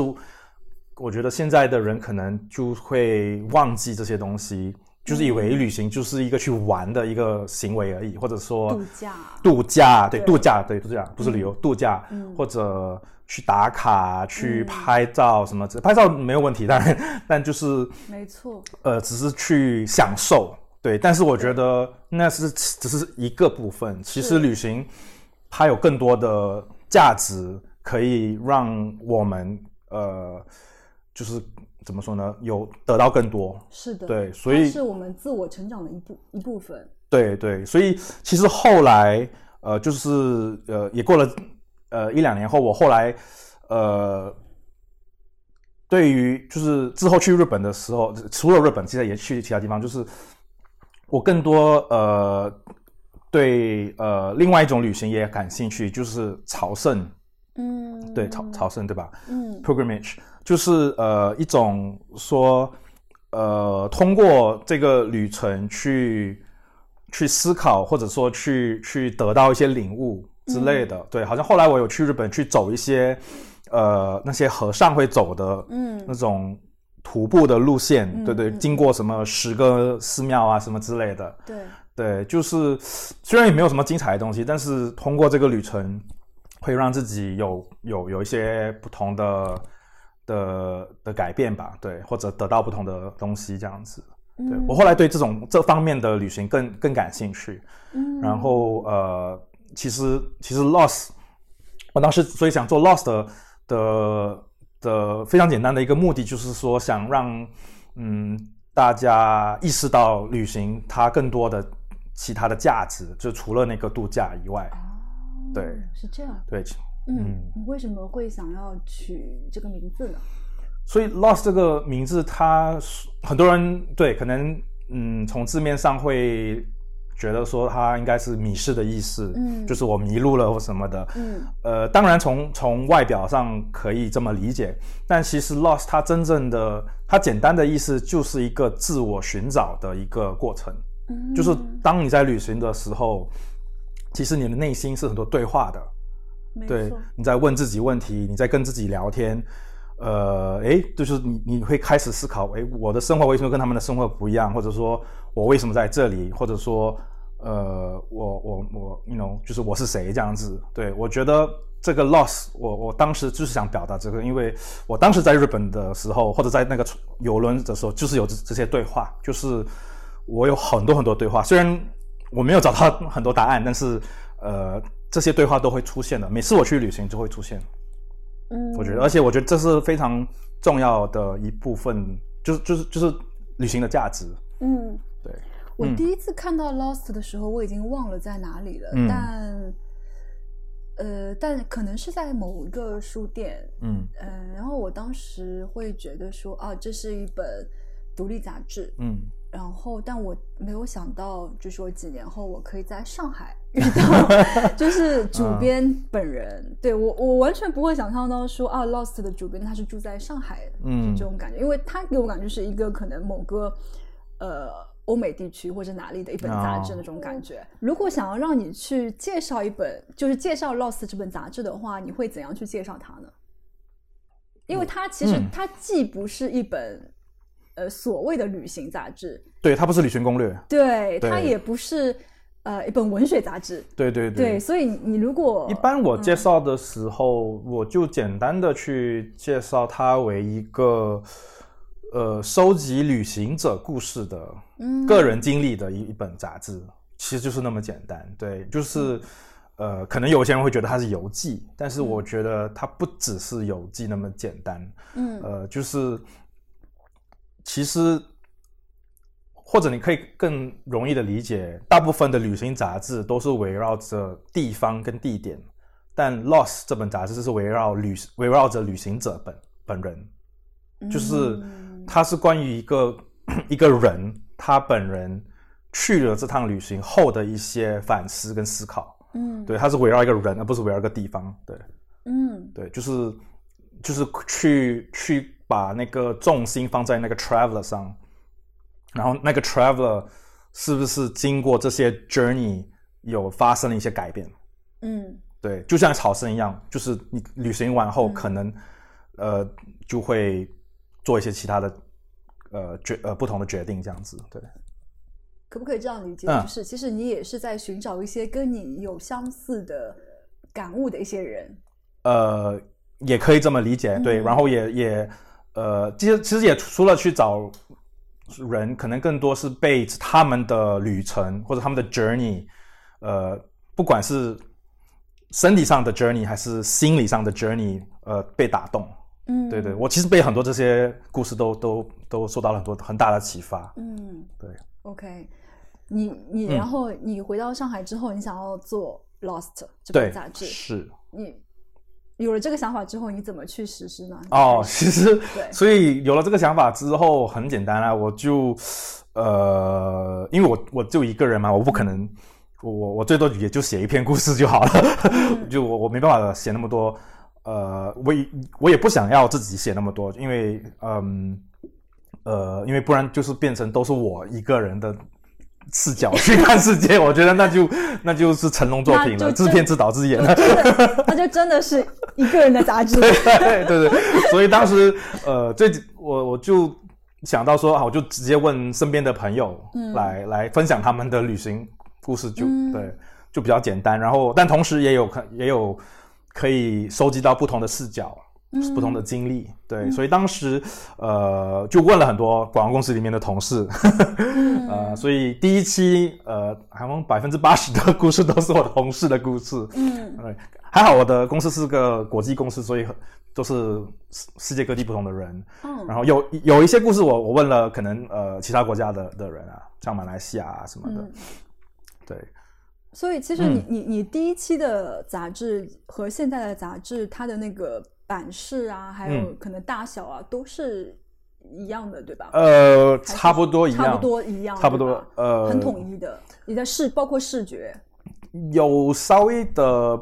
A: 我觉得现在的人可能就会忘记这些东西，就是以为旅行就是一个去玩的一个行为而已，或者说
B: 度假
A: 度假对
B: 对
A: 度假对度假不是旅游、度假，
B: 嗯
A: 或者去打卡、去
B: 嗯
A: 拍照什么之，拍照没有问题，但但就是
B: 没错，
A: 呃，只是去享受，对。但是我觉得那是只是一个部分，其
B: 是
A: 实旅行它有更多的价值，可以让我们呃，就是怎么说呢，有得到更多。
B: 是的，
A: 对
B: 它
A: 所以
B: 是我们自我成长的一部一部分。
A: 对对，所以其实后来呃，就是呃，也过了呃一两年后，我后来呃，对于就是之后去日本的时候，除了日本，其实也去其他地方，就是我更多呃对呃另外一种旅行也感兴趣，就是朝圣，
B: 嗯，
A: 对朝朝圣对吧？
B: 嗯
A: pilgrimage，就是呃一种说呃通过这个旅程去去思考，或者说去去得到一些领悟之类
B: 嗯
A: 的。对，好像后来我有去日本去走一些呃那些和尚会走的那
B: 嗯
A: 种徒步的路线，
B: 嗯
A: 对对，
B: 嗯
A: 经过什么十个寺庙啊什么之类的。
B: 对，
A: 对，就是虽然也没有什么精彩的东西，但是通过这个旅程，会让自己有有有一些不同的的的改变吧，对，或者得到不同的东西这样子。
B: 对
A: 对、我后来对这种这方面的旅行更更感兴趣，
B: 嗯
A: 然后呃，其实其实 Lost，我当时所以想做 Lost 的的的非常简单的一个目的，就是说想让嗯大家意识到旅行它更多的其他的价值，就除了那个度假以外，对
B: 哦是这样，
A: 对，
B: 嗯
A: 嗯，
B: 你为什么会想要取这个名字呢？
A: 所以 Lost 这个名字它，很多人对可能嗯从字面上会觉得说它应该是迷失的意思，
B: 嗯
A: 就是我迷路了或什么的，
B: 嗯
A: 呃，当然从从外表上可以这么理解，但其实 lost 它真正的它简单的意思就是一个自我寻找的一个过程，
B: 嗯
A: 就是当你在旅行的时候，其实你的内心是很多对话的，
B: 没
A: 对
B: 错，
A: 你在问自己问题，你在跟自己聊天，呃，诶，就是你你会开始思考，诶，我的生活为什么跟他们的生活不一样，或者说我为什么在这里，或者说呃，我我我，you know，就是我是谁这样子。对我觉得这个 loss，我我当时就是想表达这个，因为我当时在日本的时候，或者在那个游轮的时候，就是有这这些对话，就是我有很多很多对话，虽然我没有找到很多答案，但是呃，这些对话都会出现的。每次我去旅行就会出现，
B: 嗯，
A: 我觉得，而且我觉得这是非常重要的一部分，就是就是就是旅行的价值。
B: 嗯，
A: 对，
B: 我
A: 嗯
B: 第一次看到 Lost 的时候，我已经忘了在哪里了，
A: 嗯
B: 但呃，但可能是在某一个书店，
A: 嗯
B: 嗯，然后我当时会觉得说，啊，这是一本独立杂志，
A: 嗯
B: 然后但我没有想到，就说几年后我可以在上海遇到就是主编本人，对我我完全不会想象到说啊，Lost 的主编他是住在上海的，
A: 嗯
B: 是这种感觉，因为他给我感觉是一个可能某个呃欧美地区或者哪里的一本杂志
A: 哦
B: 那种感觉。如果想要让你去介绍一本，就是介绍 Lost 这本杂志的话，你会怎样去介绍它呢？因为它其实
A: 嗯
B: 它既不是一本、呃所谓的旅行杂志，
A: 对，它不是旅行攻略，
B: 对，它
A: 对
B: 也不是呃一本文学杂志，
A: 对对
B: 对，所以你如果
A: 一般我介绍的时候，我就简单的去介绍它为一个，呃，收集旅行者故事的
B: 嗯
A: 个人经历的一一本杂志，其实就是那么简单。对，就是，呃，可能有些人会觉得它是游记，但是我觉得它不只是游记那么简单。
B: 嗯
A: 呃，就是其实或者你可以更容易的理解，大部分的旅行杂志都是围绕着地方跟地点，但《Lost》这本杂志是围绕旅围绕着旅行者本本人，就是
B: 嗯
A: 它是关于一个一个人他本人去了这趟旅行后的一些反思跟思考。
B: 嗯
A: 对，它是围绕一个人，而不是围绕一个地方。对。
B: 嗯
A: 对，就是就是去去把那个重心放在那个 traveler 上，然后那个 traveler 是不是经过这些 journey 有发生了一些改变？
B: 嗯
A: 对，就像草生一样，就是你旅行完后
B: 嗯
A: 可能、呃就会做一些其他的呃决呃不同的决定，这样子。对，
B: 可不可以这样理解？
A: 嗯
B: 就是其实你也是在寻找一些跟你有相似的感悟的一些人。
A: 呃，也可以这么理解，对。
B: 嗯
A: 然后也也呃，其实其实也除了去找人，可能更多是被他们的旅程或者他们的 journey，呃，不管是身体上的 journey 还是心理上的 journey，呃，被打动。
B: 嗯，
A: 对对，我其实被很多这些故事都都都受到了很多很大的启发。
B: 嗯，
A: 对
B: ，OK，你你
A: 嗯
B: 然后你回到上海之后，你想要做 Lost 这
A: 对
B: 本杂，志，
A: 是。
B: 你有了这个想法之后，你怎么去实施呢？
A: 哦，其实
B: 对
A: 所以有了这个想法之后，很简单啊，我就呃，因为我我就一个人嘛，我不可能，我我我最多也就写一篇故事就好了，
B: 嗯
A: 就我我没办法写那么多，呃，我也我也不想要自己写那么多，因为嗯呃，因为不然就是变成都是我一个人的。视角去看世界，我觉得那就那就是成龙作品
B: 那
A: 了，
B: 就真
A: 自编自导自演了。
B: 那就真的是一个人的杂志。
A: 对对对，所以当时呃，最我我就想到说，啊，我就直接问身边的朋友
B: 嗯
A: 来、来分享他们的旅行故事就，
B: 嗯
A: 对，就比较简单。然后，但同时也有可也有可以收集到不同的视角。
B: 嗯
A: 不同的经历，对，所以当时，呃，就问了很多广告公司里面的同事，
B: 嗯
A: 呃，所以第一期，呃，好像百分之八十的故事都是我同事的故事，
B: 嗯
A: 对，还好我的公司是个国际公司，所以很都是世世界各地不同的人。
B: 嗯
A: 然后有有一些故事我，我问了可能呃其他国家的的人啊，像马来西亚啊什么的。
B: 嗯，
A: 对，
B: 所以其实
A: 嗯
B: 你你你第一期的杂志和现在的杂志，它的那个版式啊，还有
A: 嗯
B: 可能大小啊，都是一样的，对吧？
A: 呃，
B: 还是
A: 差不多一样，
B: 差不多一样，
A: 差不多
B: 对吧
A: 呃
B: 很统一的。你的视包括视觉，
A: 有稍微的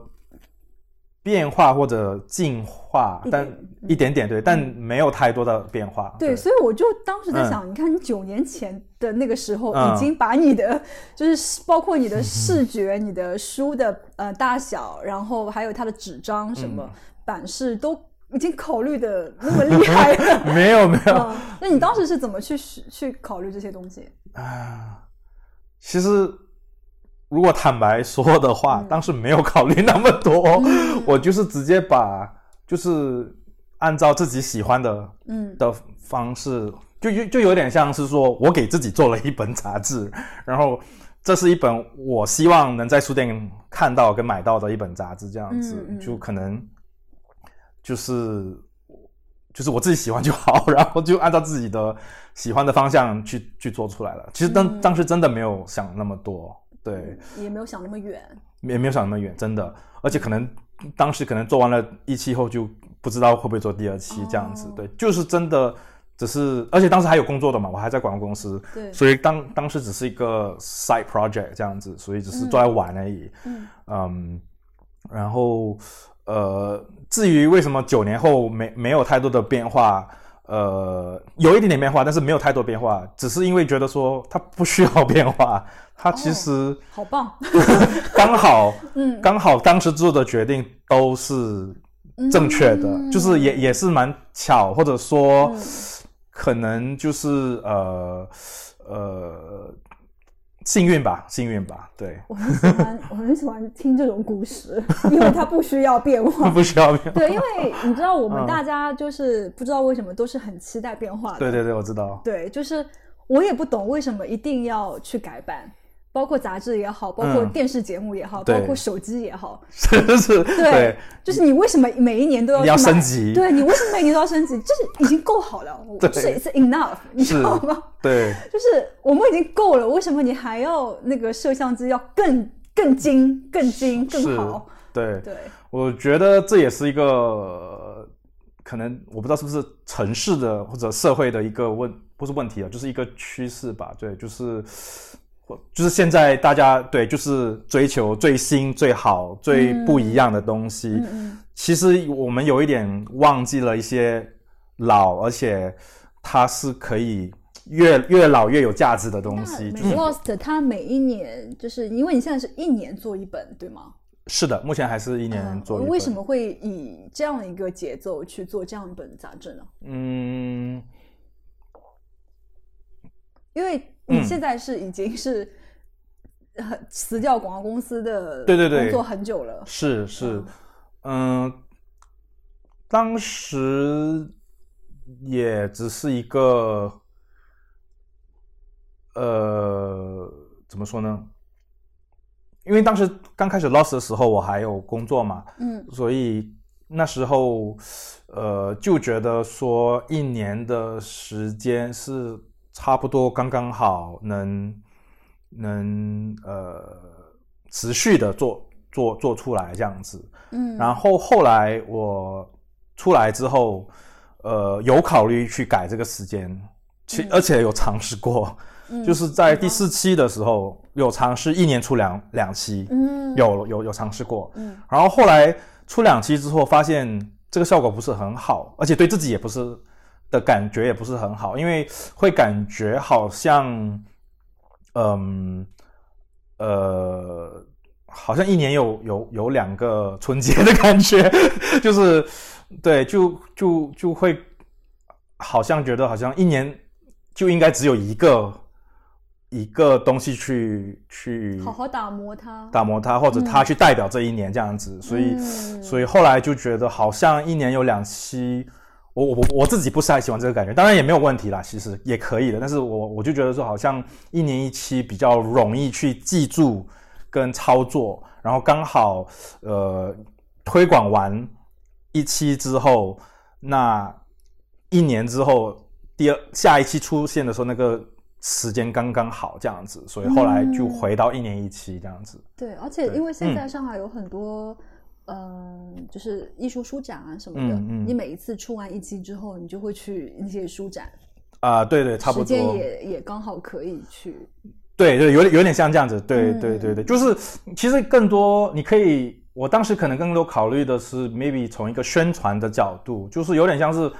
A: 变化或者进化，
B: 一点嗯
A: 但一点点对，但没有太多的变化。
B: 对，所以我就当时在
A: 嗯
B: 想，你看你九年前的那个时候，
A: 嗯
B: 已经把你的、就是包括你的 视觉、你的书的呃大小，然后还有它的纸张什
A: 嗯
B: 么、版式，都已经考虑的那么厉害了。
A: 没有没 有，
B: 嗯，那你当时是怎么去去考虑这些东西？
A: 啊，其实如果坦白说的话，当时没有考虑那么多，我就是直接把就是按照自己喜欢的
B: 嗯
A: 的方式，就就就有点像是说我给自己做了一本杂志，然后。这是一本我希望能在书店看到跟买到的一本杂志，这样子、
B: 嗯嗯
A: 就可能就是就是我自己喜欢就好，然后就按照自己的喜欢的方向去去做出来了。其实当、
B: 嗯
A: 当时真的没有想那么多，对，
B: 也没有想那么远。
A: 也没有想那么远，真的。而且可能当时可能做完了一期后就不知道会不会做第二期
B: 哦
A: 这样子，对，就是真的只是而且当时还有工作的嘛，我还在广告公司，
D: 对，
A: 所以当当时只是一个 side project 这样子，所以只是
D: 嗯
A: 都在玩而已。
D: 嗯
A: 嗯，然后呃，至于为什么九年后没没有太多的变化，呃，有一点点变化，但是没有太多变化，只是因为觉得说它不需要变化，它
D: 哦
A: 其实
D: 好棒，
A: 刚好、
D: 嗯，
A: 刚好当时做的决定都是正确的，
D: 嗯
A: 就是也也是蛮巧，或者说、
D: 嗯
A: 可能就是呃呃幸运吧，幸运吧，对，
B: 我很喜欢， 我很喜欢听这种故事，因为它不需要 变化。
A: 不需要变化。
B: 对，因为你知道，我们
A: 嗯
B: 大家就是不知道为什么都是很期待变化的。
A: 对对对，我知道。
B: 对，就是我也不懂为什么一定要去改版，包括杂志也好，包括
A: 嗯
B: 电视节目也好，
A: 对
B: 包括手机也好，
A: 是是是，对，
B: 就是你为什么每一年都要
A: 你要
B: 去买
A: 升级
B: 对你为什么每年都要升级？就是已经够好 了，我
A: 对
B: 是 it's enough，你知道吗？
A: 对
B: 就是我们已经够了，为什么你还要那个摄像机要更更精、更精、更
A: 是
B: 好？
A: 对，
B: 对，
A: 我觉得这也是一个呃可能我不知道是不是城市的或者社会的一个问，不是问题啊，就是一个趋势吧。对，就是或就是现在大家对就是追求最新、最好、最不一样的东西。
B: 嗯嗯，
A: 其实我们有一点忘记了一些老，而且它是可以越越老越有价值的东
B: 嗯
A: 西。就是
B: Lost 它每一年就是因为你现在是一年做一本，对吗？
A: 是的，目前还是一年
B: 嗯
A: 做一
B: 为
A: 本
B: 什么会以这样一个节奏去做这样一本杂志呢？
A: 嗯，
B: 因为你
A: 嗯
B: 现在是已经是很辞掉广告公司的
A: 对对对
B: 工作很久了，
A: 是是，嗯，当时也只是一个，呃，怎么说呢？因为当时刚开始 Lost 的时候，我还有工作嘛，
B: 嗯
A: 所以那时候，呃，就觉得说一年的时间是差不多刚刚好能，能呃持续的做做做出来这样子。
D: 嗯，
A: 然后后来我出来之后，呃，有考虑去改这个时间，其而且有尝试过，
D: 嗯
A: 就是在第四期的时候有尝试一年出两两期，
D: 嗯
A: 有有有尝试过，
D: 嗯
A: 然后后来出两期之后发现这个效果不是很好，而且对自己也不是的感觉也不是很好，因为会感觉好像，嗯呃，好像一年有有有两个春节的感觉， 就是对，就就就会好像觉得好像一年就应该只有一个。一个东西去去
B: 好好打磨它。
A: 打磨他，或者他去代表这一年这样子，所以、
B: 嗯
A: 所以后来就觉得好像一年有两期，我我我自己不是太喜欢这个感觉，当然也没有问题啦，其实也可以的，但是我我就觉得说好像一年一期比较容易去记住跟操作，然后刚好呃推广完一期之后，那一年之后第二下一期出现的时候那个。时间刚刚好这样子，所以后来就回到一年一期这样子。
B: 对，而且
A: 对
B: 因为现在
A: 嗯
B: 上海有很多，嗯、就是艺术书展啊什么的，
A: 嗯嗯
B: 你每一次出完一期之后，你就会去那些书展，
A: 啊、对对，差不
B: 时间
A: 多，
B: 也也刚好可以去。
A: 对对，有点有点像这样子，对、
B: 嗯
A: 对对对，就是其实更多你可以，我当时可能更多考虑的是，maybe 从一个宣传的角度，就是有点像是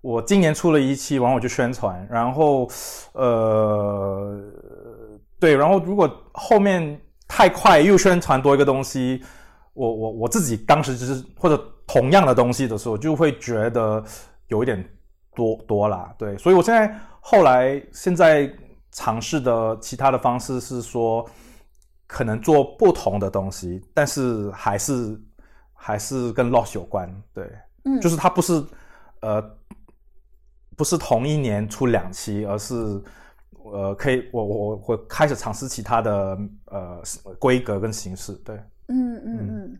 A: 我今年出了一期，然后我就宣传，然后呃，对，然后如果后面太快又宣传多一个东西，我我我自己当时就是或者同样的东西的时候，就会觉得有一点多多啦，对，所以我现在后来现在尝试的其他的方式是说，可能做不同的东西，但是还是还是跟 loss 有关，对，
D: 嗯
A: 就是它不是呃不是同一年出两期，而是。呃，可以，我我我会开始尝试其他的呃规格跟形式，对。
B: 嗯嗯嗯。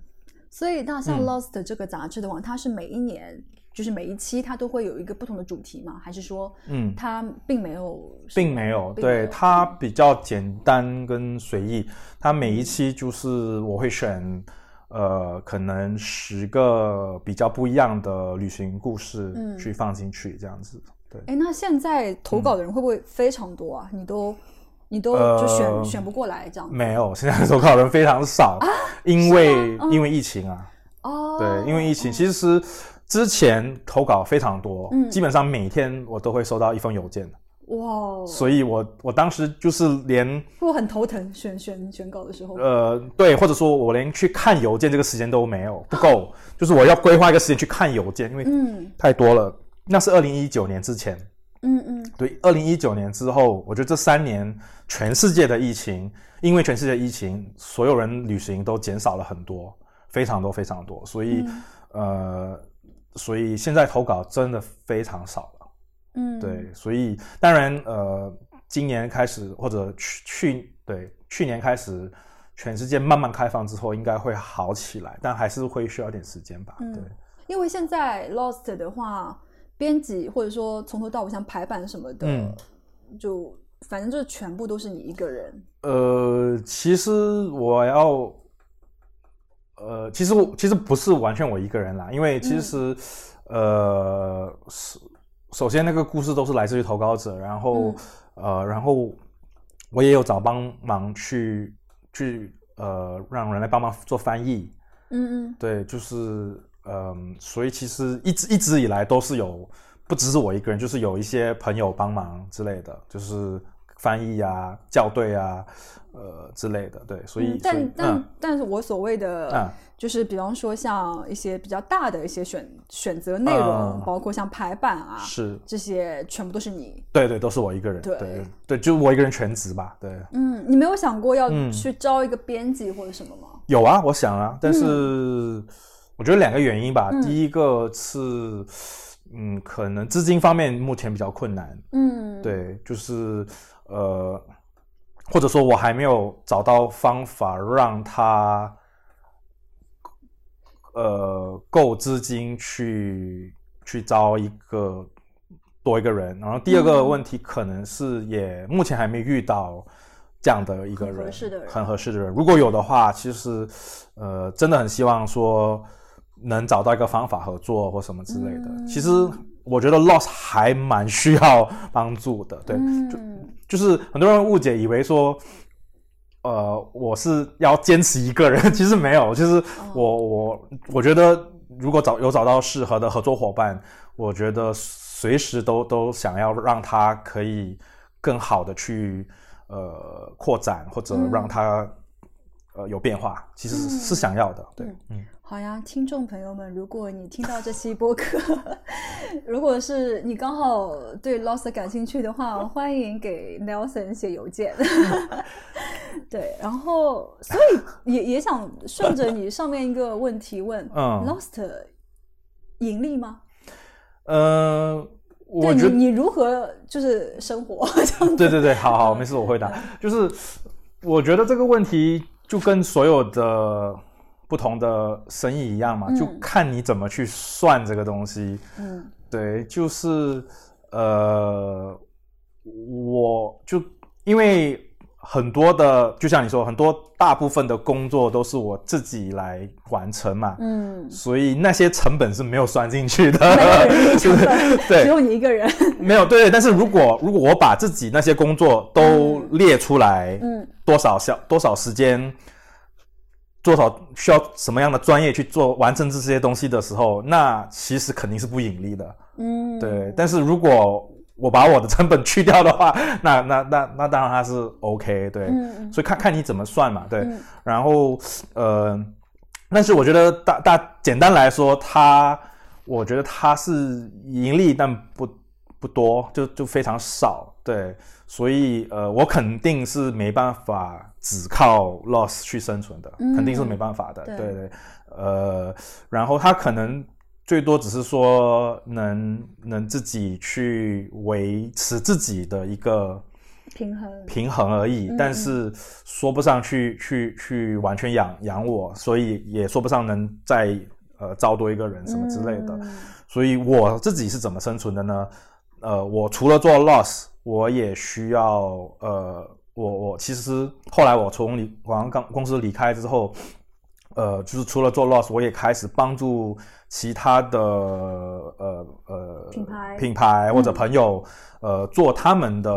B: 所以，那像
A: 嗯
B: Lost 这个杂志的话，它是每一年，就是每一期它都会有一个不同的主题吗？还是说，
A: 嗯
B: 它并没有什么，
A: 并没有，
B: 并
A: 对它比较简单跟随意。它每一期就是我会选，呃，可能十个比较不一样的旅行故事
B: 嗯
A: 去放进去，这样子。
B: 哎，那现在投稿的人会不会非常多啊？你都你都
A: 嗯呃
B: 就选、选不过来这样子？啊
A: 没有，现在投稿人非常少，因为、因为疫情啊，
B: 嗯哦，
A: 对，因为疫情，其实之前投稿非常多，
B: 嗯
A: 基本上每天我都会收到一封邮件，
B: 哇哦，
A: 所以我我当时就是连
B: 会不会很头疼？选选选稿的时候，
A: 呃，对，或者说我连去看邮件这个时间都没有，不够，就是我要规划一个时间去看邮件，因为
B: 嗯
A: 太多了。那是二零一九年之前，
B: 嗯嗯，
A: 对，二零一九年之后，我觉得这三年全世界的疫情，因为全世界疫情，所有人旅行都减少了很多，非常多非常多，所以、呃，所以现在投稿真的非常少了。
B: 嗯，
A: 对，所以当然呃，今年开始或者去去对去年开始，全世界慢慢开放之后，应该会好起来，但还是会需要点时间吧。
B: 嗯
A: 对，
B: 因为现在 Lost 的话，编辑或者说从头到尾像排版什么的，
A: 嗯
B: 就反正就是全部都是你一个人。
A: 呃，其实我要。呃，其实我其实不是完全我一个人啦，因为其实，呃，是首先那个故事都是来自于投稿者，然后、呃，然后我也有找帮忙去去呃让人来帮忙做翻译，
B: 嗯嗯
A: 对，就是嗯，所以其实一直一直以来都是有，不只是我一个人，就是有一些朋友帮忙之类的，就是翻译啊、校对啊，呃之类的，对，所以、
B: 嗯，
A: 所以
B: 但但、
A: 嗯
B: 但是我所谓的、
A: 嗯
B: 就是比方说像一些比较大的一些选选择内容，
A: 嗯
B: 包括像排版啊
A: 是
B: 这些，全部都是你。
A: 对对，都是我一个人，
B: 对
A: 对对，就我一个人全职吧，对，
B: 嗯，你没有想过要
A: 嗯
B: 去招一个编辑或者什么吗？
A: 有啊，我想啊，但是我觉得两个原因吧，
B: 嗯
A: 第一个是嗯，可能资金方面目前比较困难，
B: 嗯，，
A: 对，就是呃，或者说我还没有找到方法让他呃够资金去去招一个多一个人。然后第二个
B: 嗯
A: 问题可能是也目前还没遇到这样的一个
B: 很合
A: 人，
B: 适的人
A: 很合适的人。如果有的话，其实呃真的很希望说能找到一个方法合作或什么之类的。其实我觉得 Lost 还蛮需要帮助的，对，
B: 嗯，
A: 就是很多人误解以为说，呃，我是要坚持一个人， 其实没有，就是我我我觉得如果找有找到适合的合作伙伴，我觉得随时都都想要让他可以更好的去呃扩展或者让他、呃有变化，其实是,、是想要的，对，嗯
B: 好呀，听众朋友们，如果你听到这期播客， 如果是你刚好对 Lost 感兴趣的话，欢迎给 Nelson 写邮件。 对，然后所以也也想顺着你上面一个问题问、
A: 嗯
B: l o s t 盈利吗？
A: 呃，我
B: 对
A: 觉
B: 你
A: 得。
B: 你如何就是生活 这样子？
A: 对对对，好好，没事，我回答。就是我觉得这个问题就跟所有的不同的生意一样嘛，
B: 嗯
A: 就看你怎么去算这个东西。
B: 嗯
A: 对，就是呃，我就因为很多的，就像你说，很多大部分的工作都是我自己来完成嘛。
B: 嗯，
A: 所以那些成本是没有算进去的，，
B: 没有人力成本
A: 对
B: 只有你一个人。
A: 没有对。但是如果如果我把自己那些工作都列出来，
B: 嗯
A: 多少小多少时间，多少需要什么样的专业去做完成这些东西的时候，那其实肯定是不盈利的。
B: 嗯，
A: 对，但是如果我把我的成本去掉的话，那那那那当然它是 OK，对，
B: 嗯嗯
A: 所以看看你怎么算嘛，对，
B: 嗯
A: 然后呃，但是我觉得大大简单来说，它我觉得它是盈利，但不不多，就就非常少，对，所以呃，我肯定是没办法只靠 loss 去生存的，
B: 嗯
A: 肯定是没办法的，
B: 对
A: 对对，呃，然后他可能最多只是说能能自己去维持自己的一个
B: 平衡。
A: 平衡而已，但是说不上去去去完全养养我，所以也说不上能再呃招多一个人什么之类的。
B: 嗯
A: 所以我自己是怎么生存的呢？呃，我除了做 loss，我也需要呃，我我其实后来我从离广告公司离开之后，呃，就是除了做 Loss，我也开始帮助其他的呃呃
E: 品牌嗯
A: 品牌或者朋友、呃做他们的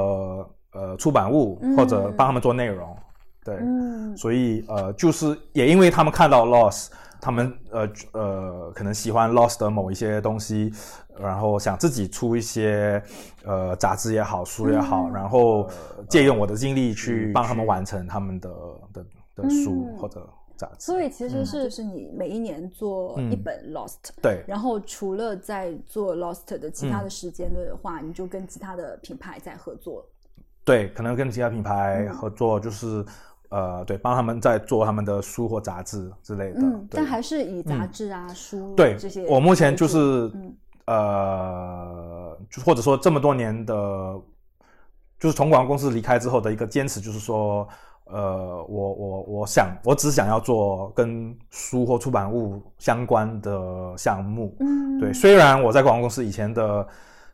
A: 呃出版物，或者
E: 嗯
A: 帮他们做内容。对，
E: 嗯，
A: 所以呃，就是也因为他们看到 Lost，他们呃呃可能喜欢 Lost 的某一些东西，然后想自己出一些呃杂志也好，书也好，
E: 嗯
A: 然后借用我的经历
B: 嗯
A: 去帮他们完成他们的的的书
E: 嗯
A: 或者杂志。
B: 所以其实
A: 嗯
B: 是就是你每一年做一
A: 嗯
B: 本 Lost，
A: 对
B: 然后除了在做 Lost 的其他
A: 嗯
B: 的时间的话，你就跟其他的品牌在合作。
A: 对，可能跟其他品牌
B: 嗯
A: 合作，就是、呃对，帮他们在做他们的书或杂志之类的。
B: 嗯，
A: 对
B: 但还是以杂
A: 嗯
B: 志啊、书
A: 对
B: 这些为主。
A: 我目前就是
B: 嗯
A: 呃，就或者说这么多年的，就是从广告公司离开之后的一个坚持，就是说，呃，我我我想，我只想要做跟书或出版物相关的项目。
E: 嗯
A: 对，虽然我在广告公司以前的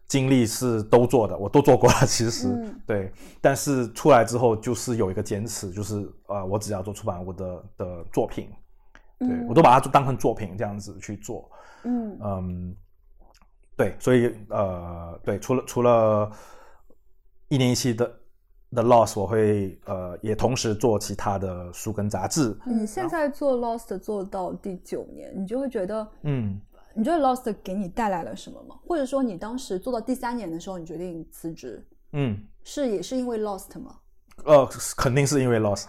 A: 经历是都做的，我都做过了，其实、
E: 嗯
A: 对，但是出来之后就是有一个坚持，就是呃，我只要做出版物的的作品，对、
E: 嗯
A: 我都把它当成作品这样子去做。
E: 嗯
A: 嗯，对，所以呃，对，除了除了一年一期的的 Loss，我会呃也同时做其他的书跟杂志。
B: 你现在做 Lost 做到第九年，你就会觉得，
A: 嗯，
B: 你觉得 Lost 给你带来了什么吗？或者说你当时做到第三年的时候，你决定辞职，
A: 嗯，
B: 是也是因为 Lost 吗？
A: 呃，肯定是因为 Loss，、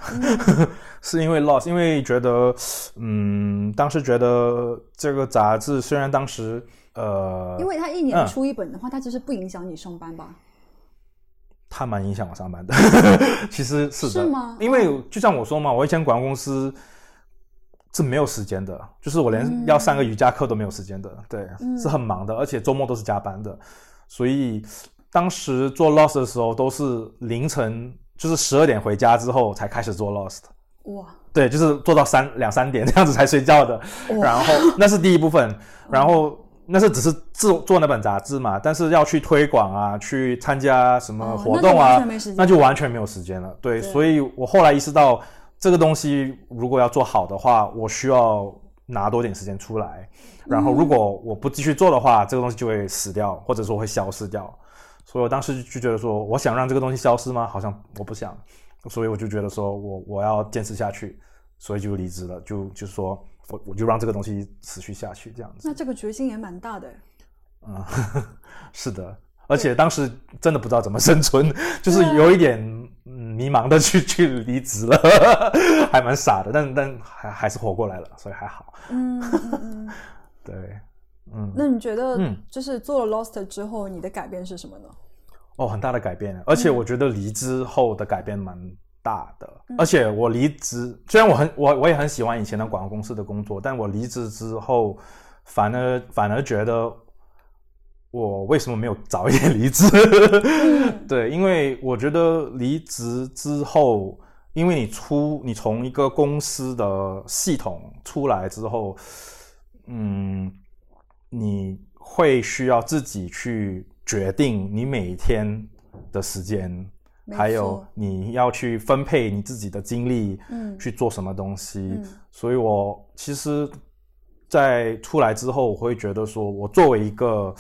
A: 是因为 Loss，因为觉得嗯，当时觉得这个杂志虽然当时呃，
B: 因为它一
A: 嗯
B: 年出一本的话，它其实不影响你上班吧？
A: 它蛮影响我上班的， 其实是的，
B: 是吗哦
A: 因为就像我说嘛，我以前广告公司是没有时间的，就是我连
B: 嗯
A: 要上个瑜伽课都没有时间的，对，
B: 嗯
A: 是很忙的，而且周末都是加班的，所以当时做 Lost 的时候都是凌晨，就是十二点回家之后才开始做 Lost。
B: 哇，
A: 对，就是做到三两三点这样子才睡觉的。然后那是第一部
B: 嗯
A: 分，然后那是只是做做那本杂志嘛，但是要去推广啊，去参加什么
B: 哦
A: 活动
B: 那就完
A: 啊，
B: 全没时间
A: 那就完全没有时间了。对，
B: 对
A: 所以我后来意识到这个东西如果要做好的话，我需要拿多点时间出来，然后如果我不继续做的话，这个东西就会死掉，或者说会消失掉。所以我当时就觉得说，我想让这个东西消失吗？好像我不想，所以我就觉得说我我要坚持下去，所以就离职了，就就说我我就让这个东西持续下去这样子。
B: 那这个决心也蛮大的。
A: 啊、嗯， 是的，而且当时真的不知道怎么生存， 就是有一点嗯迷茫的去 去离职了，还蛮傻的，但但还还是活过来了，所以还好。
B: 嗯嗯嗯。
A: 对，嗯，
B: 那你觉得
A: 嗯，
B: 就是做了 Lost 之后，你的改变是什么呢？
A: 哦，很大的改变，而且我觉得离职后的改变蛮大的。而且我离职，虽然我很我我也很喜欢以前的广告公司的工作，但我离职之后，反而反而觉得我为什么没有早一点 离职？ 对，因为我觉得离职之后，因为你出你从一个公司的系统出来之后，嗯，你会需要自己去决定你每一天的时间，
B: 没
A: 还有
B: 错
A: 你要去分配你自己的精力，
B: 嗯
A: 去做什么东西。
B: 嗯
A: 所以我其实，在出来之后，我会觉得说，我作为一个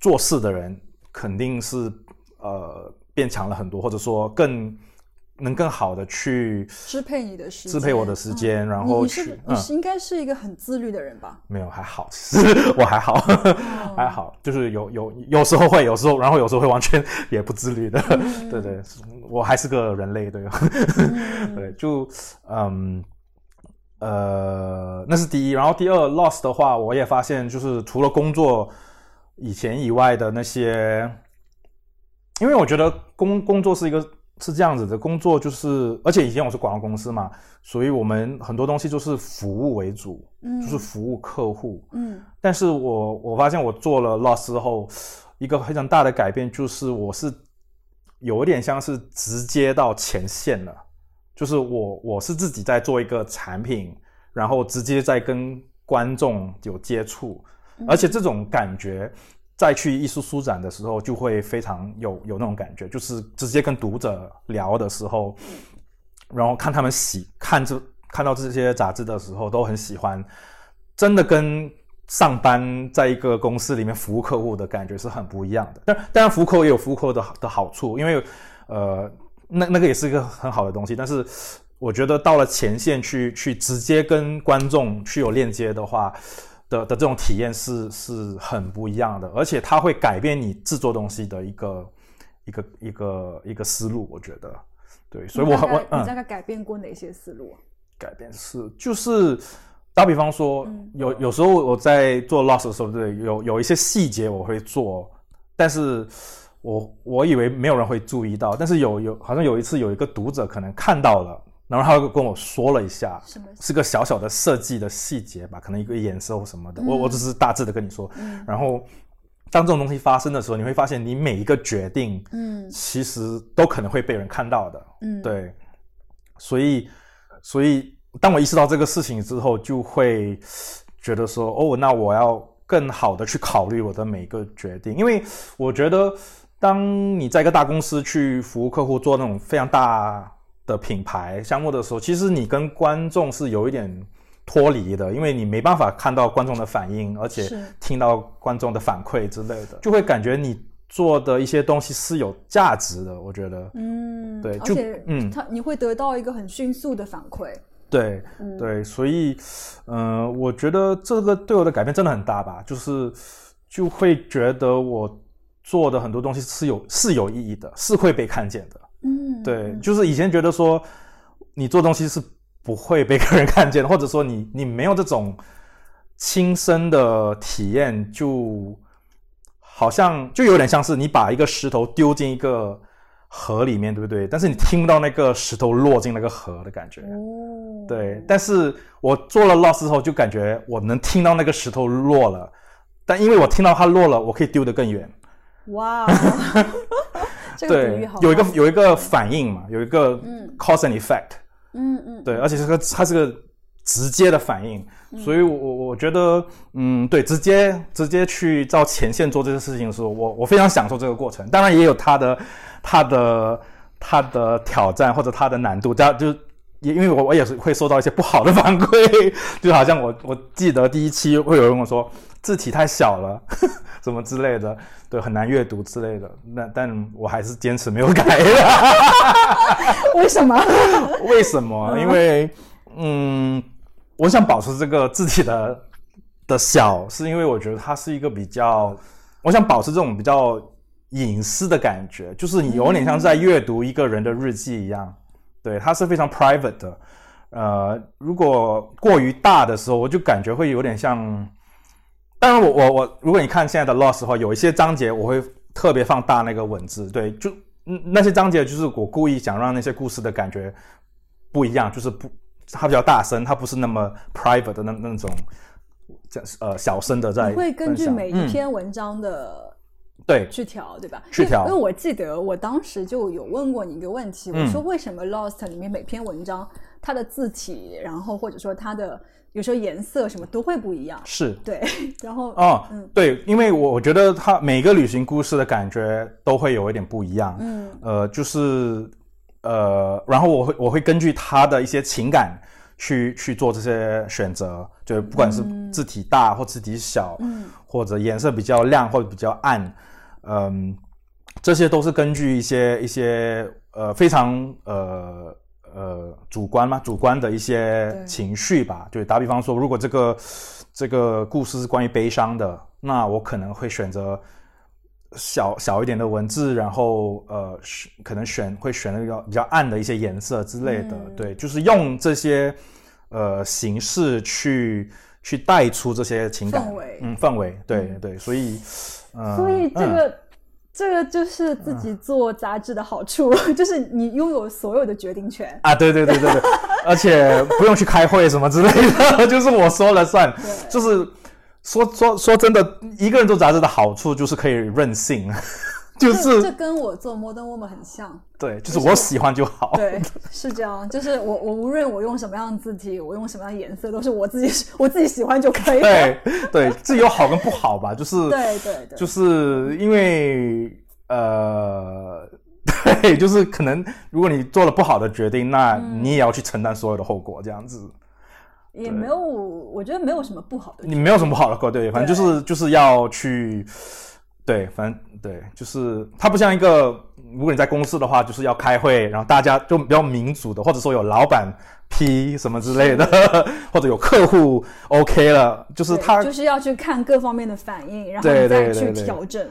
A: 做事的人，肯定是呃变强了很多，或者说更能更好的去
B: 支配你的时间，嗯
A: 支配我的时间，然
B: 你
A: 后嗯
B: 你是
A: 去
B: 你是应该是一个很自律的人吧？
A: 没有，还好，其实我还好， 还好，就是有有有时候会，有时候然后有时候会完全也不自律的， 对对，我还是个人类，对，对，就嗯呃，那是第一，然后第二，loss 的话，我也发现就是除了工作以前以外的那些，因为我觉得工工作是一个。是这样子的，工作就是，而且以前我是广告公司嘛，所以我们很多东西就是服务为主，
B: 嗯
A: 就是服务客户。
B: 嗯
A: 但是我我发现我做了 Lost 之后，一个非常大的改变就是我是有点像是直接到前线了，就是我我是自己在做一个产品，然后直接在跟观众有接触，而且这种感觉。再去艺术书展的时候，就会非常有有那种感觉，就是直接跟读者聊的时候，然后看他们喜看这看到这些杂志的时候，都很喜欢，真的跟上班在一个公司里面服务客户的感觉是很不一样的。但当然，服务客户也有服务客户的好的好处，因为呃，那那个也是一个很好的东西。但是我觉得到了前线去去直接跟观众去有链接的话。的的这种体验是是很不一样的，而且它会改变你制作东西的一个一个一个一个思路，我觉得，对，所以我
E: 你大
A: 我
E: 概
A: 嗯
E: 你大概改变过哪些思路啊？
A: 改变是就是打比方说，有有时候我在做 loss 的时候，对，有有一些细节我会做，但是我我以为没有人会注意到，但是有有好像有一次有一个读者可能看到了，然后他就跟我说了一下，
E: 什么
A: 是个小小的设计的细节吧，可能一个颜色或什么的，我我只是大致的跟你说，
B: 嗯
A: 然后。当这种东西发生的时候，你会发现你每一个决定，
E: 嗯
A: 其实都可能会被人看到的。
E: 嗯，
A: 对，所以所以当我意识到这个事情之后，就会觉得说，哦，那我要更好的去考虑我的每个决定，因为我觉得当你在一个大公司去服务客户，做那种非常大的品牌项目的时候，其实你跟观众是有一点。脱离的，因为你没办法看到观众的反应，而且
E: 是嗯
A: 听到观众的反馈之类的，就会感觉你做的一些东西是有价值的。我觉得，
E: 嗯，
A: 对
E: 而
A: 就
E: 且
A: 嗯
E: 他你会得到一个很迅速的反馈，
A: 对
E: 嗯
A: 对，所以，嗯、我觉得这个对我的改变真的很大吧，就是就会觉得我做的很多东西是有是有意义的，是会被看见的。
E: 嗯，
A: 对，
E: 嗯
A: 就是以前觉得说你做东西是不会被个人看见的，或者说你你没有这种亲身的体验，就好像就有点像是你把一个石头丢进一个河里面，对不对？但是你听不到那个石头落进那个河的感觉。
E: 哦，
A: 对，但是我做了 loss 之后，就感觉我能听到那个石头落了，但因为我听到它落了，我可以丢得更远。
E: 哇，哦 这个比喻
A: 对
E: 好，，
A: 有一个有一个反应嘛，有一个 cause and effect，、
E: 嗯嗯，
A: 对，而且是个它是个直接的反应，所以我我我觉得，嗯，对，直接直接去到前线做这些事情的时候，我我非常享受这个过程，当然也有它的它的它的挑战或者它的难度，但就是。也因为我我也是会收到一些不好的 反馈，就好像我我记得第一期会有人跟我说字体太小了， 什么之类的，对，很难阅读之类的。那但我还是坚持没有改。
E: 为什么？
A: 为什么？因为嗯，我想保持这个字体的的小，是因为我觉得它是一个比较，我想保持这种比较隐私的感觉，就是你有点像在阅读一个人的日记一样，对，它是非常 private 的。呃，如果过于大的时候，我就感觉会有点像。当然我，我我如果你看现在的 Lost 的话，有一些章节我会特别放大那个文字，对，就嗯那些章节就是我故意想让那些故事的感觉不一样，就是不它比较大声，它不是那么 private 的那那种，这呃小声的在
E: 你会根据
A: 分享
E: 每一
A: 嗯
E: 篇文章的
A: 对
E: 去调，对吧？
A: 去调
E: 因为因为我记得我当时就有问过你一个问题，我
A: 嗯
E: 说为什么 Lost 里面每篇文章它的字体，然后或者说它的有时候颜色什么都会不一样，
A: 是
E: 对， 然后
A: 哦，
E: 嗯
A: 对，因为我我觉得它每个旅行故事的感觉都会有一点不一样，
E: 嗯
A: 呃，就是呃，然后我会我会根据他的一些情感去去做这些选择，就不管是字体大或字体小，
E: 嗯
A: 或者颜色比较亮或者比较暗，嗯，这些都是根据一些一些呃非常呃呃主观嘛，主观的一些
E: 对
A: 情绪吧。就打比方说，如果这个这个故事是关于悲伤的，那我可能会选择。小小一点的文字，然后呃，是可能选会选那个比较暗的一些颜色之类的，
E: 嗯
A: 对，就是用这些呃形式去去带出这些情感
E: 氛围
A: 嗯，氛围，对对，所以，呃，
E: 所以这
A: 嗯、
E: 个、这个就是自己做杂志的好处， 就是你拥有所有的决定权。
A: 啊，对对对 对对，而且不用去开会什么之类的， 就是我说了算，就是说说说真的，一个人做杂志的好处就是可以任性， 就
E: 这这
A: 是
E: 跟我做 Modern Woman 很像，
A: 对，就是我喜欢就好，
E: 对，是这样，就是我我无论我用什么样的字体，我用什么样的颜色，都是我自己我自己喜欢就可以了。
A: 对对，自己有好跟不好吧，就是
E: 对对对，
A: 就是因为呃， 对，就是可能如果你做了不好的决定，那你也要去承担所有的后果，这样子。
E: 也没有，我觉得没有什么不好的。
A: 你没有什么不好的过对，反正就是就是要去，对，反正对，就是它不像一个，如果你在公司的话，就是要开会，然后大家就比较民主的，或者说有老板批什么之类的， 或者有客户 OK 了，就是
E: 对
A: 它，
E: 就是要去看各方面的反应，然后
A: 对
E: 你再
A: 对对
E: 去
A: 对
E: 调整。